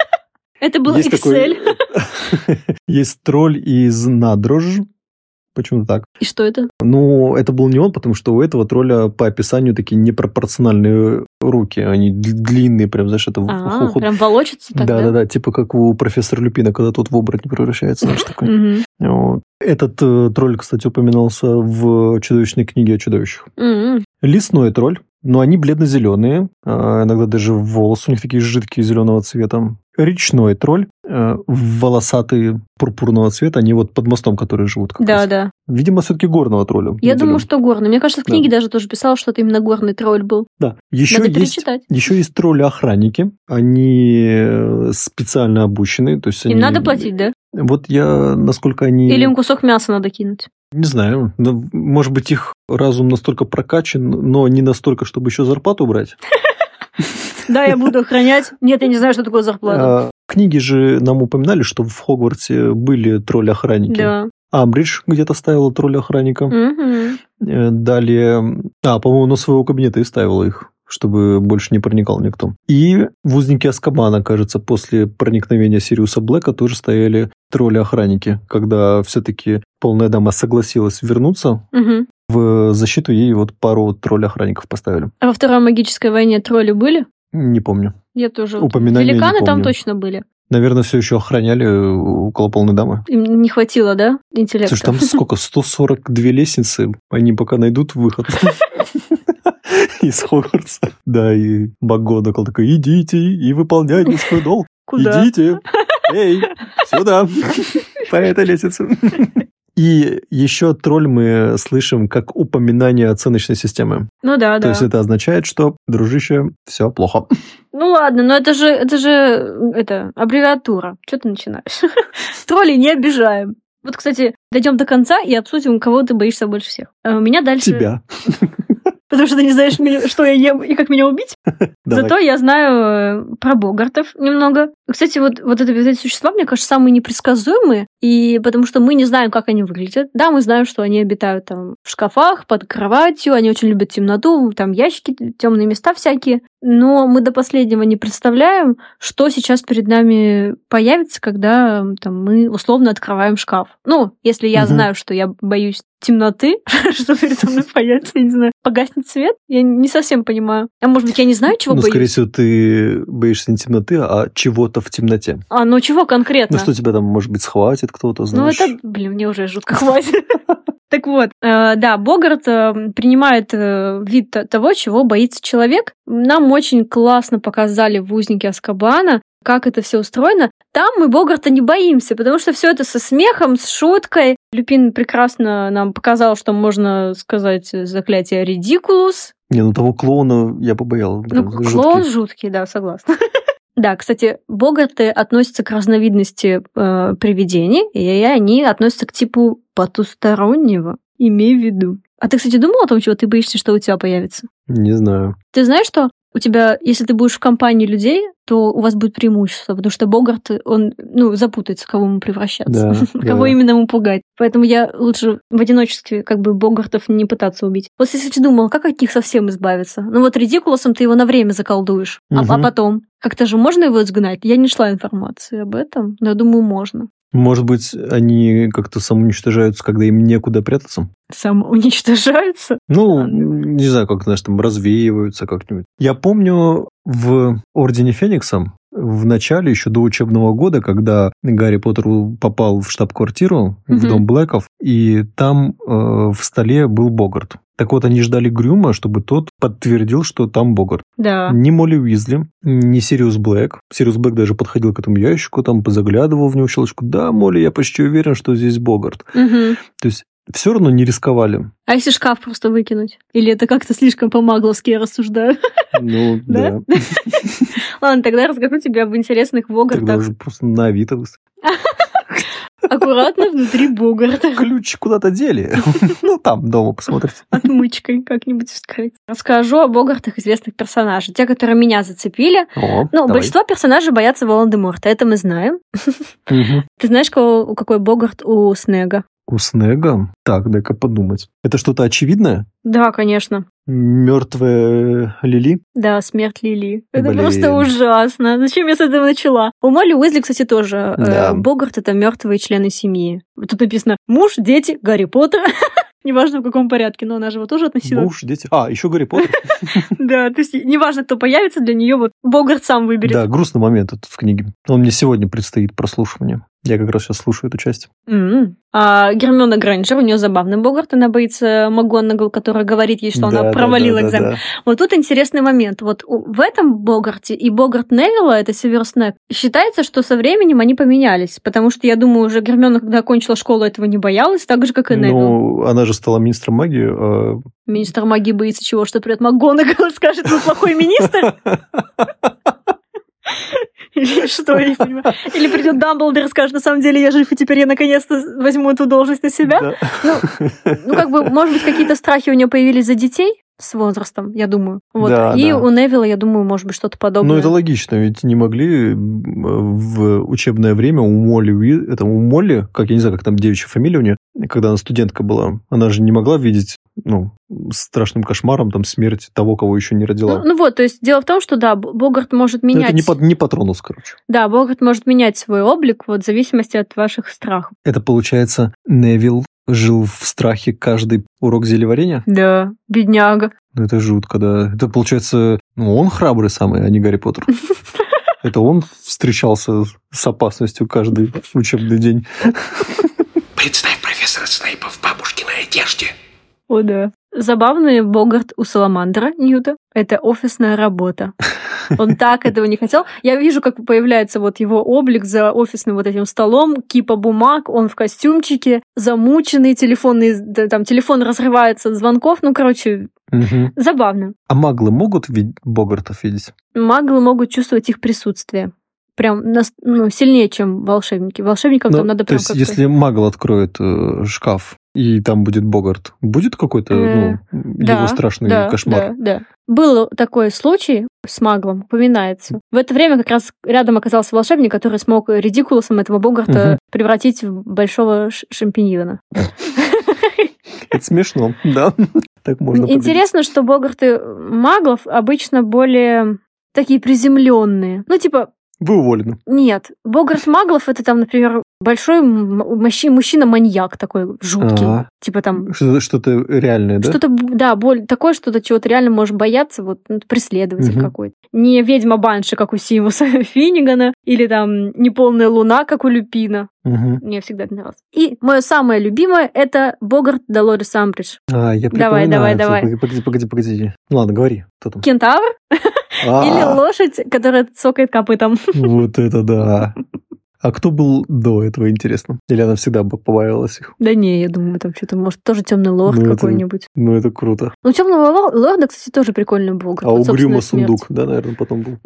Speaker 2: Это был
Speaker 1: Есть
Speaker 2: Excel.
Speaker 1: такой- Есть тролль из Надрож. Почему так?
Speaker 2: И что это?
Speaker 1: Ну, это был не он, потому что у этого тролля по описанию такие непропорциональные руки. Они дл- длинные, прям, знаешь, это... в-
Speaker 2: А,
Speaker 1: ху- ху-
Speaker 2: прям волочится так, да?
Speaker 1: Да-да-да, типа как у профессора Люпина, когда тот в оборотень превращается, знаешь, такой.
Speaker 2: Мгм.
Speaker 1: Вот. Этот э, тролль, кстати, упоминался в чудовищной книге о чудовищах.
Speaker 2: Мгм.
Speaker 1: Лесной тролль, но они бледно-зеленые, а, иногда даже волосы у них такие жидкие зеленого цвета. Речной тролль, э, волосатые пурпурного цвета, они вот под мостом, которые живут. как раз.
Speaker 2: Да-да.
Speaker 1: Видимо, все-таки горного тролля.
Speaker 2: Я
Speaker 1: выделил.
Speaker 2: думаю, что горный. Мне кажется, в
Speaker 1: Да.
Speaker 2: книге даже тоже писал, что это именно горный тролль был.
Speaker 1: Да. Еще
Speaker 2: Надо
Speaker 1: есть,
Speaker 2: перечитать.
Speaker 1: еще есть тролли-охранники, они э, специально обучены, то есть
Speaker 2: Им
Speaker 1: они-
Speaker 2: надо платить, да?
Speaker 1: Вот я, насколько они...
Speaker 2: Или им кусок мяса надо кинуть?
Speaker 1: Не знаю. Ну, может быть, их разум настолько прокачан, но не настолько, чтобы еще зарплату брать.
Speaker 2: Да, я буду охранять. Нет, я не знаю, что такое зарплата.
Speaker 1: А, В книге же нам упоминали, что в Хогвартсе были тролли-охранники.
Speaker 2: Да.
Speaker 1: Амбридж где-то ставила тролля-охранника.
Speaker 2: Мгм.
Speaker 1: Э, Далее... А, по-моему, на своего кабинета и ставила их чтобы больше не проникал никто. И в узнике Аскабана, кажется, после проникновения Сириуса Блэка тоже стояли тролли-охранники, когда все-таки полная дама согласилась вернуться,
Speaker 2: Мгм.
Speaker 1: в защиту ей вот пару тролль-охранников поставили.
Speaker 2: А во Второй магической войне тролли были?
Speaker 1: Не помню.
Speaker 2: Я тоже. вот-
Speaker 1: Упоминания не
Speaker 2: Ну, Великаны там
Speaker 1: помню.
Speaker 2: точно были.
Speaker 1: Наверное, все еще охраняли э, около полной дамы.
Speaker 2: Им не хватило, да, интеллекта?
Speaker 1: Слушай, там сколько? 142 лестницы. Они пока найдут выход. Из Хогвартса. Да, и Богодакл такой, идите и выполняйте свой долг.
Speaker 2: Куда?
Speaker 1: Идите. Эй, сюда. По этой лестнице. И еще тролль мы слышим как упоминание оценочной системы.
Speaker 2: Ну да,
Speaker 1: То
Speaker 2: да.
Speaker 1: есть это означает, что, дружище, все плохо.
Speaker 2: Ну ладно, но это же, это же, это, аббревиатура. Что ты начинаешь? Тролли не обижаем. Вот, кстати, дойдем до конца и обсудим, кого ты боишься больше всех. А у меня дальше...
Speaker 1: Тебя.
Speaker 2: Потому что ты не знаешь, меня- что я ем и как меня убить.
Speaker 1: Давай.
Speaker 2: Зато я знаю э, про богартов немного. Кстати, вот, вот это, вот эти существа, мне кажется, самые непредсказуемые, и потому что мы не знаем, как они выглядят. Да, мы знаем, что они обитают там в шкафах, под кроватью, они очень любят темноту, там ящики, темные места всякие. Но мы до последнего не представляем, что сейчас перед нами появится, когда м, там, мы условно открываем шкаф. Ну, если я
Speaker 1: Мгм.
Speaker 2: знаю, что я боюсь темноты, что передо мной появится, я не знаю, погаснет свет, я не совсем понимаю. А может быть, я не знаю, чего
Speaker 1: Ну, скорее
Speaker 2: боюсь?
Speaker 1: всего, ты боишься не темноты, а чего-то в темноте.
Speaker 2: А, ну чего
Speaker 1: Ну,
Speaker 2: конкретно?
Speaker 1: что тебя там, может быть, схватит кто-то,
Speaker 2: Ну,
Speaker 1: знаешь?
Speaker 2: это, блин, мне уже жутко хватит. Так вот, э, да, Богарт э, принимает э, вид т- того, чего боится человек. Нам очень классно показали в «Узнике Аскабана», как это все устроено. Там мы Богарта не боимся, потому что все это со смехом, с шуткой. Люпин прекрасно нам показал, что можно сказать э, заклятие «Редикулус»,
Speaker 1: Не, ну того клоуна я побоял.
Speaker 2: ну,
Speaker 1: Прям жуткий.
Speaker 2: клоун жуткий, да, согласна. Да, кстати, богарты относятся к разновидности э, привидений, и они относятся к типу потустороннего, имей в виду. А ты, кстати, думал о том, чего ты боишься, что у тебя появится?
Speaker 1: Не знаю.
Speaker 2: Ты знаешь, что у тебя, если ты будешь в компании людей, то у вас будет преимущество, потому что Богарт, он, ну, запутается, в кого ему превращаться,
Speaker 1: Да,
Speaker 2: кого
Speaker 1: да.
Speaker 2: именно ему пугать. Поэтому я лучше в одиночестве, как бы, Богартов не пытаться убить. Вот если ты думал, как от них совсем избавиться? Ну вот Редикулосом ты его на время заколдуешь, а- а,
Speaker 1: Мгм.
Speaker 2: потом? Как-то же можно его изгнать? Я не шла информации об этом, но я думаю, можно.
Speaker 1: Может быть, они как-то самоуничтожаются, когда им некуда прятаться?
Speaker 2: Сам уничтожается.
Speaker 1: Ну, не знаю, как, знаешь, там развеиваются как-нибудь. Я помню в Ордене Феникса в начале, еще до учебного года, когда Гарри Поттер попал в штаб-квартиру, в
Speaker 2: Мгм.
Speaker 1: дом Блэков, и там э, в столе был Богарт. Так вот, они ждали Грюма, чтобы тот подтвердил, что там Богарт.
Speaker 2: Да.
Speaker 1: Ни Молли Уизли, ни Сириус Блэк. Сириус Блэк даже подходил к этому ящику, там позаглядывал в него в щелочку. Да, Молли, я почти уверен, что здесь Богарт.
Speaker 2: Мгм.
Speaker 1: То есть все равно не рисковали.
Speaker 2: А если шкаф просто выкинуть? Или это как-то слишком по-магловски я рассуждаю?
Speaker 1: Ну,
Speaker 2: Да?
Speaker 1: да.
Speaker 2: Ладно, тогда расскажу тебе об интересных
Speaker 1: Тогда
Speaker 2: Богартах.
Speaker 1: уже просто на Авито выставь.
Speaker 2: Аккуратно внутри Богарта.
Speaker 1: Ключ куда-то дели. Ну, там, дома посмотрите.
Speaker 2: Отмычкой как-нибудь вскрыть. Расскажу о Богартах известных персонажей. Те, которые меня зацепили.
Speaker 1: О,
Speaker 2: Ну,
Speaker 1: давай.
Speaker 2: большинство персонажей боятся Волан-де-Морта. Это мы знаем.
Speaker 1: Мгм.
Speaker 2: Ты знаешь, кого, у какой Богарт у Снега?
Speaker 1: У Снега? Так, дай-ка подумать. Это что-то очевидное?
Speaker 2: Да, конечно.
Speaker 1: Мертвая Лили?
Speaker 2: Да, смерть Лили. Это
Speaker 1: Блин.
Speaker 2: просто ужасно. Зачем я с этого начала? У Молли Уизли, кстати, тоже. э,
Speaker 1: Да.
Speaker 2: Богарт это мертвые члены семьи. Вот Тут написано муж, дети, Гарри Поттер. Неважно в каком порядке, но она же его тоже относила.
Speaker 1: Муж, дети. А, еще Гарри Поттер.
Speaker 2: Да, то есть неважно, кто появится, для нее вот Богарт сам выберет.
Speaker 1: Да, грустный момент этот в книге. Он мне сегодня предстоит прослушивание. Я как раз сейчас слушаю эту часть.
Speaker 2: М. А Гермиона Грэнджер, у нее забавный Богарт, она боится Магонагал, которая говорит ей, что
Speaker 1: Да,
Speaker 2: она
Speaker 1: да, да,
Speaker 2: провалила
Speaker 1: да,
Speaker 2: экзамен.
Speaker 1: да.
Speaker 2: Вот тут интересный момент. Вот у- в этом Богарте и Богарт Невилла, это Северус Снэк, считается, что со временем они поменялись, потому что, я думаю, уже Гермиона, когда окончила школу, этого не боялась, так же, как и Невилл.
Speaker 1: Ну, она же стала министром магии. а-
Speaker 2: Министр магии боится чего, что придет Магонагал и скажет, вы плохой министр, или что, я не понимаю. Или придет Дамблдор и скажет, на самом деле я жив, и теперь я наконец-то возьму эту должность на себя.
Speaker 1: Да.
Speaker 2: Ну, как бы, может быть, какие-то страхи у нее появились за детей с возрастом, я думаю. Вот.
Speaker 1: Да,
Speaker 2: и
Speaker 1: да.
Speaker 2: у Невилла, я думаю, может быть, что-то подобное.
Speaker 1: Ну, это логично, ведь не могли м, в учебное время у Молли, Уи- это у Молли, как я не знаю, как там девичья фамилия у нее, когда она студентка была, она же не могла видеть, ну, страшным кошмаром там смерть того, кого еще не
Speaker 2: ну,
Speaker 1: родила.
Speaker 2: ну вот, то есть дело в том, что да, Б- Богарт может
Speaker 1: Ну,
Speaker 2: менять.
Speaker 1: это не, пат- не патронус, короче.
Speaker 2: Да, Богарт может менять свой облик вот, в зависимости от ваших страхов.
Speaker 1: Это получается, Невил жил в страхе каждый урок зелеварения?
Speaker 2: Да, бедняга.
Speaker 1: Ну, это жутко, да. Это получается, ну, он храбрый самый, а не Гарри Поттер. Это он встречался с опасностью каждый учебный день.
Speaker 3: Представь профессора Снейпа в бабушкиной одежде.
Speaker 2: О, да. Забавный Богарт у Саламандра Ньюта. Это офисная работа. Он так этого не хотел. Я вижу, как появляется вот его облик за офисным вот этим столом, кипа бумаг, он в костюмчике, замученный, телефонный, да, там телефон разрывается от звонков, ну, короче,
Speaker 1: Мгм.
Speaker 2: забавно.
Speaker 1: А маглы могут ви- Богартов видеть?
Speaker 2: Маглы могут чувствовать их присутствие. Прям нас- ну, сильнее, чем волшебники. Волшебникам
Speaker 1: Ну,
Speaker 2: там надо
Speaker 1: то
Speaker 2: прям
Speaker 1: есть,
Speaker 2: как-то-
Speaker 1: если магл откроет э, шкаф, и там будет Богарт, будет какой-то
Speaker 2: Э,
Speaker 1: ну, его
Speaker 2: да,
Speaker 1: страшный
Speaker 2: да,
Speaker 1: кошмар?
Speaker 2: Да, да. Был такой случай с маглом, упоминается. В это время как раз рядом оказался волшебник, который смог редикулосом этого Богарта
Speaker 1: Мгм.
Speaker 2: превратить в большого ш- шампиньона.
Speaker 1: Это смешно, да. Так можно поговорить.
Speaker 2: Интересно, что Богарты маглов обычно более такие приземленные. Ну, типа,
Speaker 1: Вы уволены.
Speaker 2: нет, Богарт маглов это там, например, большой м- мужч- мужчина-маньяк такой жуткий.
Speaker 1: Ага.
Speaker 2: Типа там
Speaker 1: Что- Что-то реальное, да?
Speaker 2: Что-то, б- да, боль, такое что-то, чего ты реально можешь бояться, вот ну, преследователь
Speaker 1: Мгм.
Speaker 2: какой-то. Не ведьма банши, как у Симуса Финнигана, или там неполная луна, как у Люпина.
Speaker 1: Мгм.
Speaker 2: Мне всегда это нравилось. И мое самое любимое — это Богарт Долорес Амбридж.
Speaker 1: А, я
Speaker 2: Давай, давай,
Speaker 1: припоминаю.
Speaker 2: давай.
Speaker 1: Погоди, Погоди, погоди, погоди. Ну ладно, говори. Кто там?
Speaker 2: Кентавр или
Speaker 1: А,
Speaker 2: лошадь, которая цокает копытом.
Speaker 1: Вот это да. А кто был до этого, интересно? Или она всегда б- побаивалась их?
Speaker 2: Да не, я думаю, там что-то, может, тоже темный лорд
Speaker 1: Ну, это-
Speaker 2: какой-нибудь.
Speaker 1: Ну, это круто.
Speaker 2: Ну, темного лорда, кстати, тоже прикольный Богарт.
Speaker 1: А у
Speaker 2: вот, собственно,
Speaker 1: Грюма
Speaker 2: и смерть.
Speaker 1: сундук, да, наверное, потом был.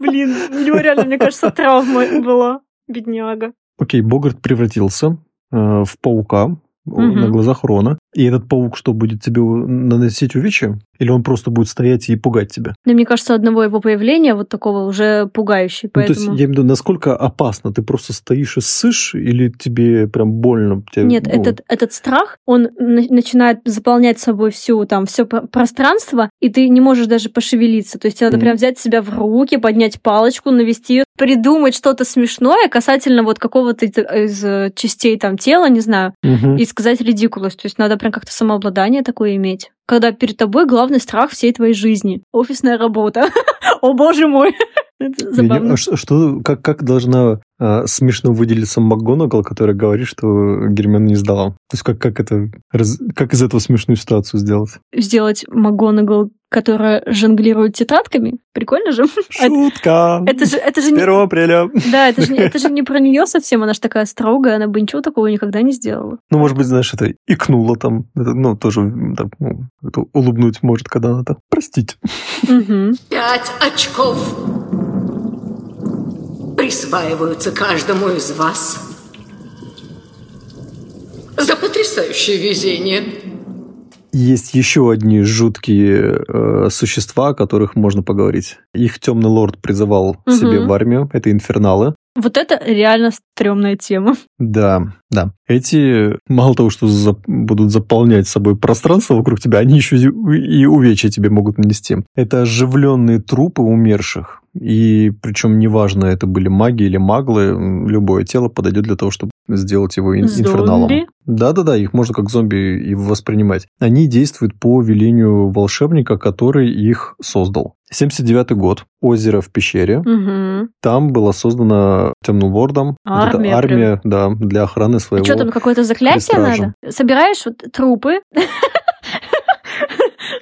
Speaker 2: Блин, у него реально, мне кажется, травма была. Бедняга.
Speaker 1: Окей, Богарт превратился э, в паука на глазах Рона. И этот паук что, будет тебе у- наносить увечья? Или он просто будет стоять и пугать тебя?
Speaker 2: Да, Ну, мне кажется, одного его появления вот такого уже пугающе,
Speaker 1: Ну, то есть,
Speaker 2: поэтому...
Speaker 1: я имею в виду, насколько опасно? Ты просто стоишь и ссышь, или тебе прям больно? Тебе,
Speaker 2: Нет,
Speaker 1: ну,
Speaker 2: этот, этот страх, он на- начинает заполнять собой всю там все пространство, и ты не можешь даже пошевелиться. То есть тебе надо
Speaker 1: Мгм.
Speaker 2: прям взять себя в руки, поднять палочку, навести ее, придумать что-то смешное касательно вот какого-то из, из, э, частей там тела, не знаю,
Speaker 1: Мгм.
Speaker 2: и сказать редикулость. То есть надо прям как-то самообладание такое иметь. Когда перед тобой главный страх всей твоей жизни. Офисная работа. О боже мой. Это
Speaker 1: Я не-
Speaker 2: забавно.
Speaker 1: а ш- что, как, как должна а, смешно выделиться МакГонагал, которая говорит, что Гермиона не сдала? То есть как, как, это, раз- как из этого смешную ситуацию сделать?
Speaker 2: сделать Магонагал, которая жонглирует тетрадками. Прикольно же.
Speaker 1: Шутка!
Speaker 2: Это же, это же
Speaker 1: 1
Speaker 2: не,
Speaker 1: апреля.
Speaker 2: да, это же, не- это же не про нее совсем, она же такая строгая, она бы ничего такого никогда не сделала.
Speaker 1: Ну, может быть, знаешь, это икнула там. Это, ну, тоже м, так, ну, это улыбнуть может, когда она так, простите.
Speaker 2: Мгм.
Speaker 10: Пять очков присваиваются каждому из вас за потрясающее везение.
Speaker 1: Есть еще одни жуткие э, существа, о которых можно поговорить. Их темный лорд призывал к себе
Speaker 2: Мгм.
Speaker 1: в армию. Это инферналы.
Speaker 2: Вот это реально стрёмная тема.
Speaker 1: Да, да. Эти мало того, что за- будут заполнять собой пространство вокруг тебя, они еще и у- и увечья тебе могут нанести. Это оживленные трупы умерших. И причем неважно, это были маги или маглы, м, любое тело подойдет для того, чтобы сделать его ин- инферналом.
Speaker 2: Зомби.
Speaker 1: Да-да-да, их можно как зомби и воспринимать. Они действуют по велению волшебника, который их создал. 79 год. Озеро в пещере.
Speaker 2: Мгм.
Speaker 1: Там была создана Темным Лордом вот эта
Speaker 2: Армия
Speaker 1: армия, да, для охраны
Speaker 2: И
Speaker 1: своего.
Speaker 2: что там, какое-то заклятие
Speaker 1: пристражем.
Speaker 2: надо? Собираешь вот трупы.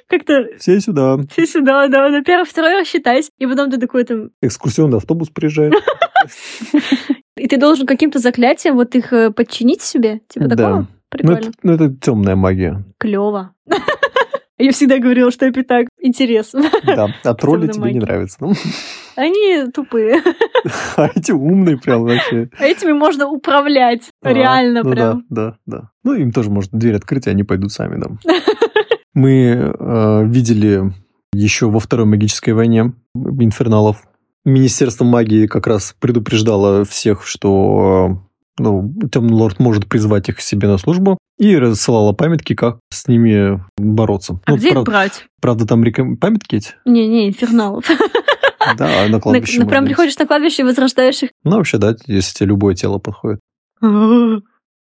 Speaker 2: Как-то
Speaker 1: Все сюда.
Speaker 2: ты сюда, да, на первый, второй рассчитайся. И потом ты такой там,
Speaker 1: Экскурсионный автобус приезжает.
Speaker 2: и ты должен каким-то заклятием вот их э, подчинить себе. Типа
Speaker 1: Да.
Speaker 2: такого?
Speaker 1: Ну,
Speaker 2: Прикольно.
Speaker 1: это, ну, это темная магия.
Speaker 2: Клево. Я всегда говорила, что это так интересно.
Speaker 1: Да. А тролли
Speaker 2: Темная
Speaker 1: тебе не
Speaker 2: магия.
Speaker 1: нравятся. Ну,
Speaker 2: Они тупые.
Speaker 1: А эти умные прям вообще.
Speaker 2: Этими можно управлять.
Speaker 1: А,
Speaker 2: Реально
Speaker 1: ну
Speaker 2: прям.
Speaker 1: Да, да, да. Ну, им тоже можно дверь открыть, и они пойдут сами, да. Мы э, видели еще во Второй магической войне инферналов. Министерство магии как раз предупреждало всех, что э, ну, Темный Лорд может призвать их к себе на службу, и рассылало памятки, как с ними бороться.
Speaker 2: А
Speaker 1: Ну,
Speaker 2: где их
Speaker 1: прав-
Speaker 2: брать?
Speaker 1: Правда, там реком... памятки эти?
Speaker 2: Не-не, инферналов.
Speaker 1: Да, а на
Speaker 2: На-
Speaker 1: кладбище.
Speaker 2: на- Прям
Speaker 1: можно.
Speaker 2: приходишь на кладбище и возрождаешь их.
Speaker 1: Ну, вообще, да, если тебе любое тело подходит.
Speaker 2: М,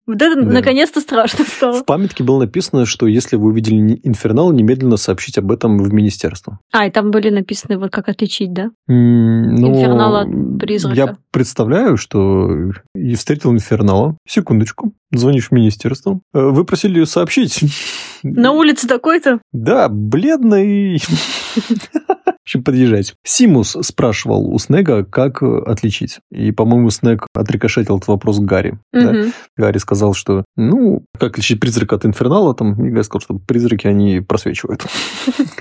Speaker 2: Вот это
Speaker 1: Да.
Speaker 2: наконец-то страшно стало.
Speaker 1: В памятке было написано, что если вы увидели не- инфернал, немедленно сообщить об этом в министерство.
Speaker 2: А, и там были написаны, вот как отличить, да?
Speaker 1: М, но
Speaker 2: Инфернал от призрака.
Speaker 1: Я представляю, что и встретил инфернала. Секундочку. Звонишь в министерство. Э, Вы просили сообщить.
Speaker 2: На улице такой-то.
Speaker 1: Да, бледный. Чем подъезжать. Симус спрашивал у Снега, как э, отличить. И, по-моему, Снег отрикошетил этот вопрос к Гарри. да?
Speaker 2: Мгм.
Speaker 1: Гарри сказал, что, ну, как лечить призрак от инфернала, там, и Гарри сказал, что призраки, они просвечивают.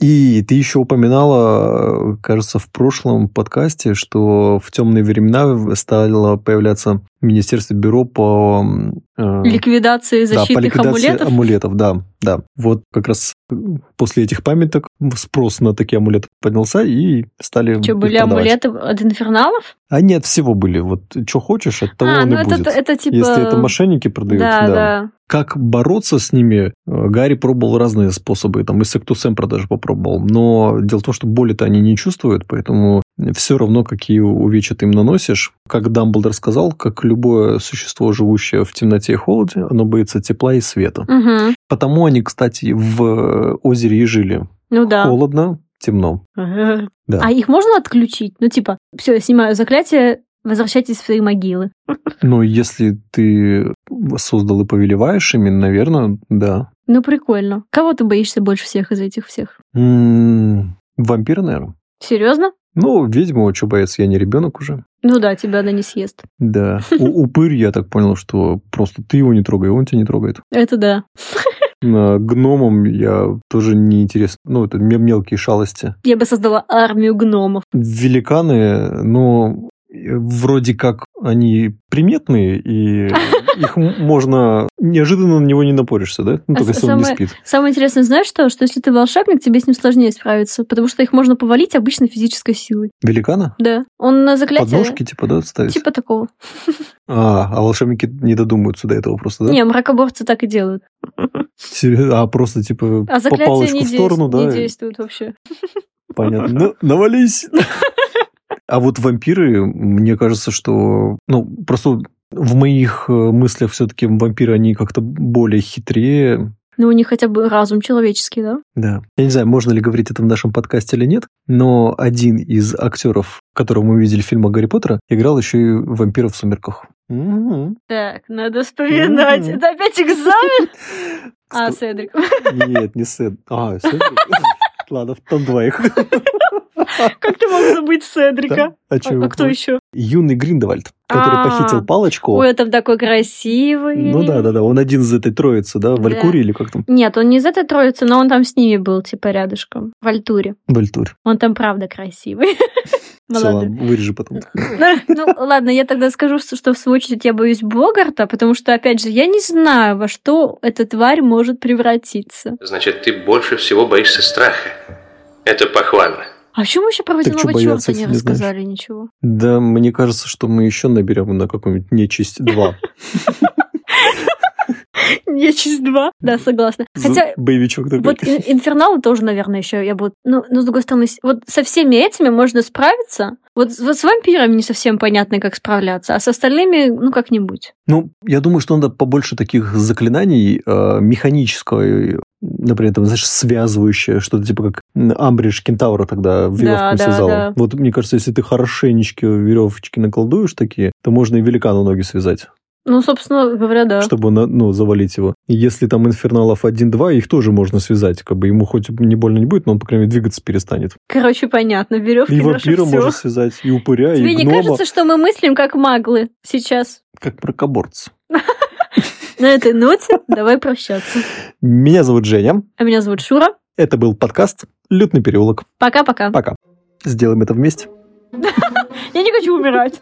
Speaker 1: И ты еще упоминала, э, кажется, в прошлом подкасте, что в темные времена стало появляться Министерство бюро по... м, э,
Speaker 2: Ликвидации
Speaker 1: да, по
Speaker 2: защитных
Speaker 1: ликвидации
Speaker 2: амулетов.
Speaker 1: амулетов, да, да. Вот как раз э, после этих памяток спрос на такие амулеты поднялся и стали
Speaker 2: Что,
Speaker 1: их
Speaker 2: были
Speaker 1: продавать.
Speaker 2: амулеты от инферналов?
Speaker 1: Они от всего были. Вот что хочешь, от того
Speaker 2: а,
Speaker 1: он
Speaker 2: ну
Speaker 1: и
Speaker 2: это,
Speaker 1: будет.
Speaker 2: это типа...
Speaker 1: Если это мошенники продают,
Speaker 2: да, да.
Speaker 1: как бороться с ними, э, Гарри пробовал разные способы, там и сектусемпра даже попробовал, но дело в том, что боли-то они не чувствуют, поэтому все равно, какие увечья ты им наносишь. Как Дамблдор сказал, как любое существо, живущее в темноте и холоде, оно боится тепла и света.
Speaker 2: Мгм.
Speaker 1: Потому они, кстати, в э, озере и жили.
Speaker 2: Ну да.
Speaker 1: Холодно, темно.
Speaker 2: Ага.
Speaker 1: Да.
Speaker 2: А их можно отключить? Ну типа, все, я снимаю заклятие, возвращайтесь в свои могилы.
Speaker 1: Но если ты создал и повелеваешь ими, наверное, да.
Speaker 2: Ну прикольно. Кого ты боишься больше всех из этих всех?
Speaker 1: М, Вампир, наверное.
Speaker 2: Серьезно?
Speaker 1: Ну, ведьму, что боец, я не ребенок уже.
Speaker 2: Ну да, тебя она не съест.
Speaker 1: Да. У- Упырь, я так понял, что просто ты его не трогай, он тебя не трогает.
Speaker 2: Это да.
Speaker 1: На Гномом я тоже не интересно. Ну, это ме- мелкие шалости.
Speaker 2: Я бы создала армию гномов.
Speaker 1: Великаны, но вроде как они приметные, и их м- можно... Неожиданно на него не напоришься, да? Ну,
Speaker 2: А
Speaker 1: только
Speaker 2: с-
Speaker 1: если он не
Speaker 2: самое-
Speaker 1: спит.
Speaker 2: Самое интересное, знаешь что? Что если ты волшебник, тебе с ним сложнее справиться, потому что их можно повалить обычно физической силой.
Speaker 1: Великана?
Speaker 2: Да. Он на заклятие...
Speaker 1: Подножки, типа, да, ставить?
Speaker 2: Типа такого.
Speaker 1: А, а волшебники не додумаются до этого просто, да?
Speaker 2: Не, мракоборцы так и делают.
Speaker 1: Серьё- А просто, типа,
Speaker 2: А
Speaker 1: по
Speaker 2: заклятие
Speaker 1: палочку
Speaker 2: не,
Speaker 1: в сторону,
Speaker 2: действует,
Speaker 1: да?
Speaker 2: не
Speaker 1: и-
Speaker 2: действует вообще.
Speaker 1: Понятно. Ну, навались. А вот вампиры, мне кажется, что... Ну, просто в моих э, мыслях все-таки вампиры, они как-то более хитрее.
Speaker 2: Ну, у них хотя бы разум человеческий, да?
Speaker 1: Да. Я не знаю, можно ли говорить это в нашем подкасте или нет, но один из актеров, которого мы видели в фильмах Гарри Поттера, играл еще и вампира в «Сумерках». М-м-м. Мгм.
Speaker 2: Так, надо вспоминать.
Speaker 1: Мгм.
Speaker 2: Это опять экзамен? А,
Speaker 1: Ск-
Speaker 2: Седрик.
Speaker 1: Нет, не Сэд. А, Седрик. Ладно, там двоих.
Speaker 2: Как ты мог забыть Седрика?
Speaker 1: Да. А
Speaker 2: А
Speaker 1: чё вы
Speaker 2: а кто
Speaker 1: пом-
Speaker 2: еще?
Speaker 1: Юный Гриндевальд, который
Speaker 2: А.
Speaker 1: похитил палочку.
Speaker 2: Ой, там такой красивый.
Speaker 1: Ну да, да, да. Он один из этой троицы, да? Валькури или как там?
Speaker 2: Нет, он не из этой троицы, но он там с ними был, типа, рядышком. В Альтуре.
Speaker 1: Вальтур.
Speaker 2: Он там правда красивый.
Speaker 1: Все,
Speaker 2: Молодой.
Speaker 1: ладно, вырежи потом.
Speaker 2: Ну ладно, я тогда скажу, что в свою очередь я боюсь Богарта, потому что, опять же, я не знаю, во что эта тварь может превратиться.
Speaker 11: Значит, ты больше всего боишься страха. Это похвально.
Speaker 2: А почему мы еще про
Speaker 1: Так чё
Speaker 2: водяного
Speaker 1: бояться, если
Speaker 2: черта не
Speaker 1: не знаешь?
Speaker 2: рассказали ничего?
Speaker 1: Да, мне кажется, что мы еще наберем на какую-нибудь нечисть 2.
Speaker 2: Нечисть 2. Да, согласна. Хотя
Speaker 1: Боевичок такой.
Speaker 2: Вот ин- инферналы тоже, наверное, еще я буду. Ну, но с другой стороны, с- вот со всеми этими можно справиться. Вот, с- вот с вампирами не совсем понятно, как справляться, а с остальными, ну, как-нибудь.
Speaker 1: Ну, я думаю, что надо побольше таких заклинаний э, механической, например, там, знаешь, связывающее, что-то типа как м, Амбридж Кентавра тогда веревками
Speaker 2: да,
Speaker 1: связала.
Speaker 2: да.
Speaker 1: Вот мне кажется, если ты хорошенечки веревочки наколдуешь такие, то можно и великану ноги связать,
Speaker 2: Ну, собственно говоря, да.
Speaker 1: чтобы на- ну, завалить его. И если там инферналов 1-2, их тоже можно связать. Как бы ему хоть не больно не будет, но он, по крайней мере, двигаться перестанет.
Speaker 2: Короче, понятно, веревки
Speaker 1: И
Speaker 2: наши
Speaker 1: вампира
Speaker 2: всё.
Speaker 1: можно связать, и упыря,
Speaker 2: Тебе
Speaker 1: и
Speaker 2: не
Speaker 1: гнома,
Speaker 2: кажется, что мы мыслим как маглы сейчас?
Speaker 1: как прокоборц.
Speaker 2: На этой ноте давай прощаться.
Speaker 1: Меня зовут Женя.
Speaker 2: А меня зовут Шура.
Speaker 1: Это был подкаст «Лютный переулок».
Speaker 2: Пока-пока.
Speaker 1: Пока. Сделаем это вместе.
Speaker 2: Я не хочу умирать.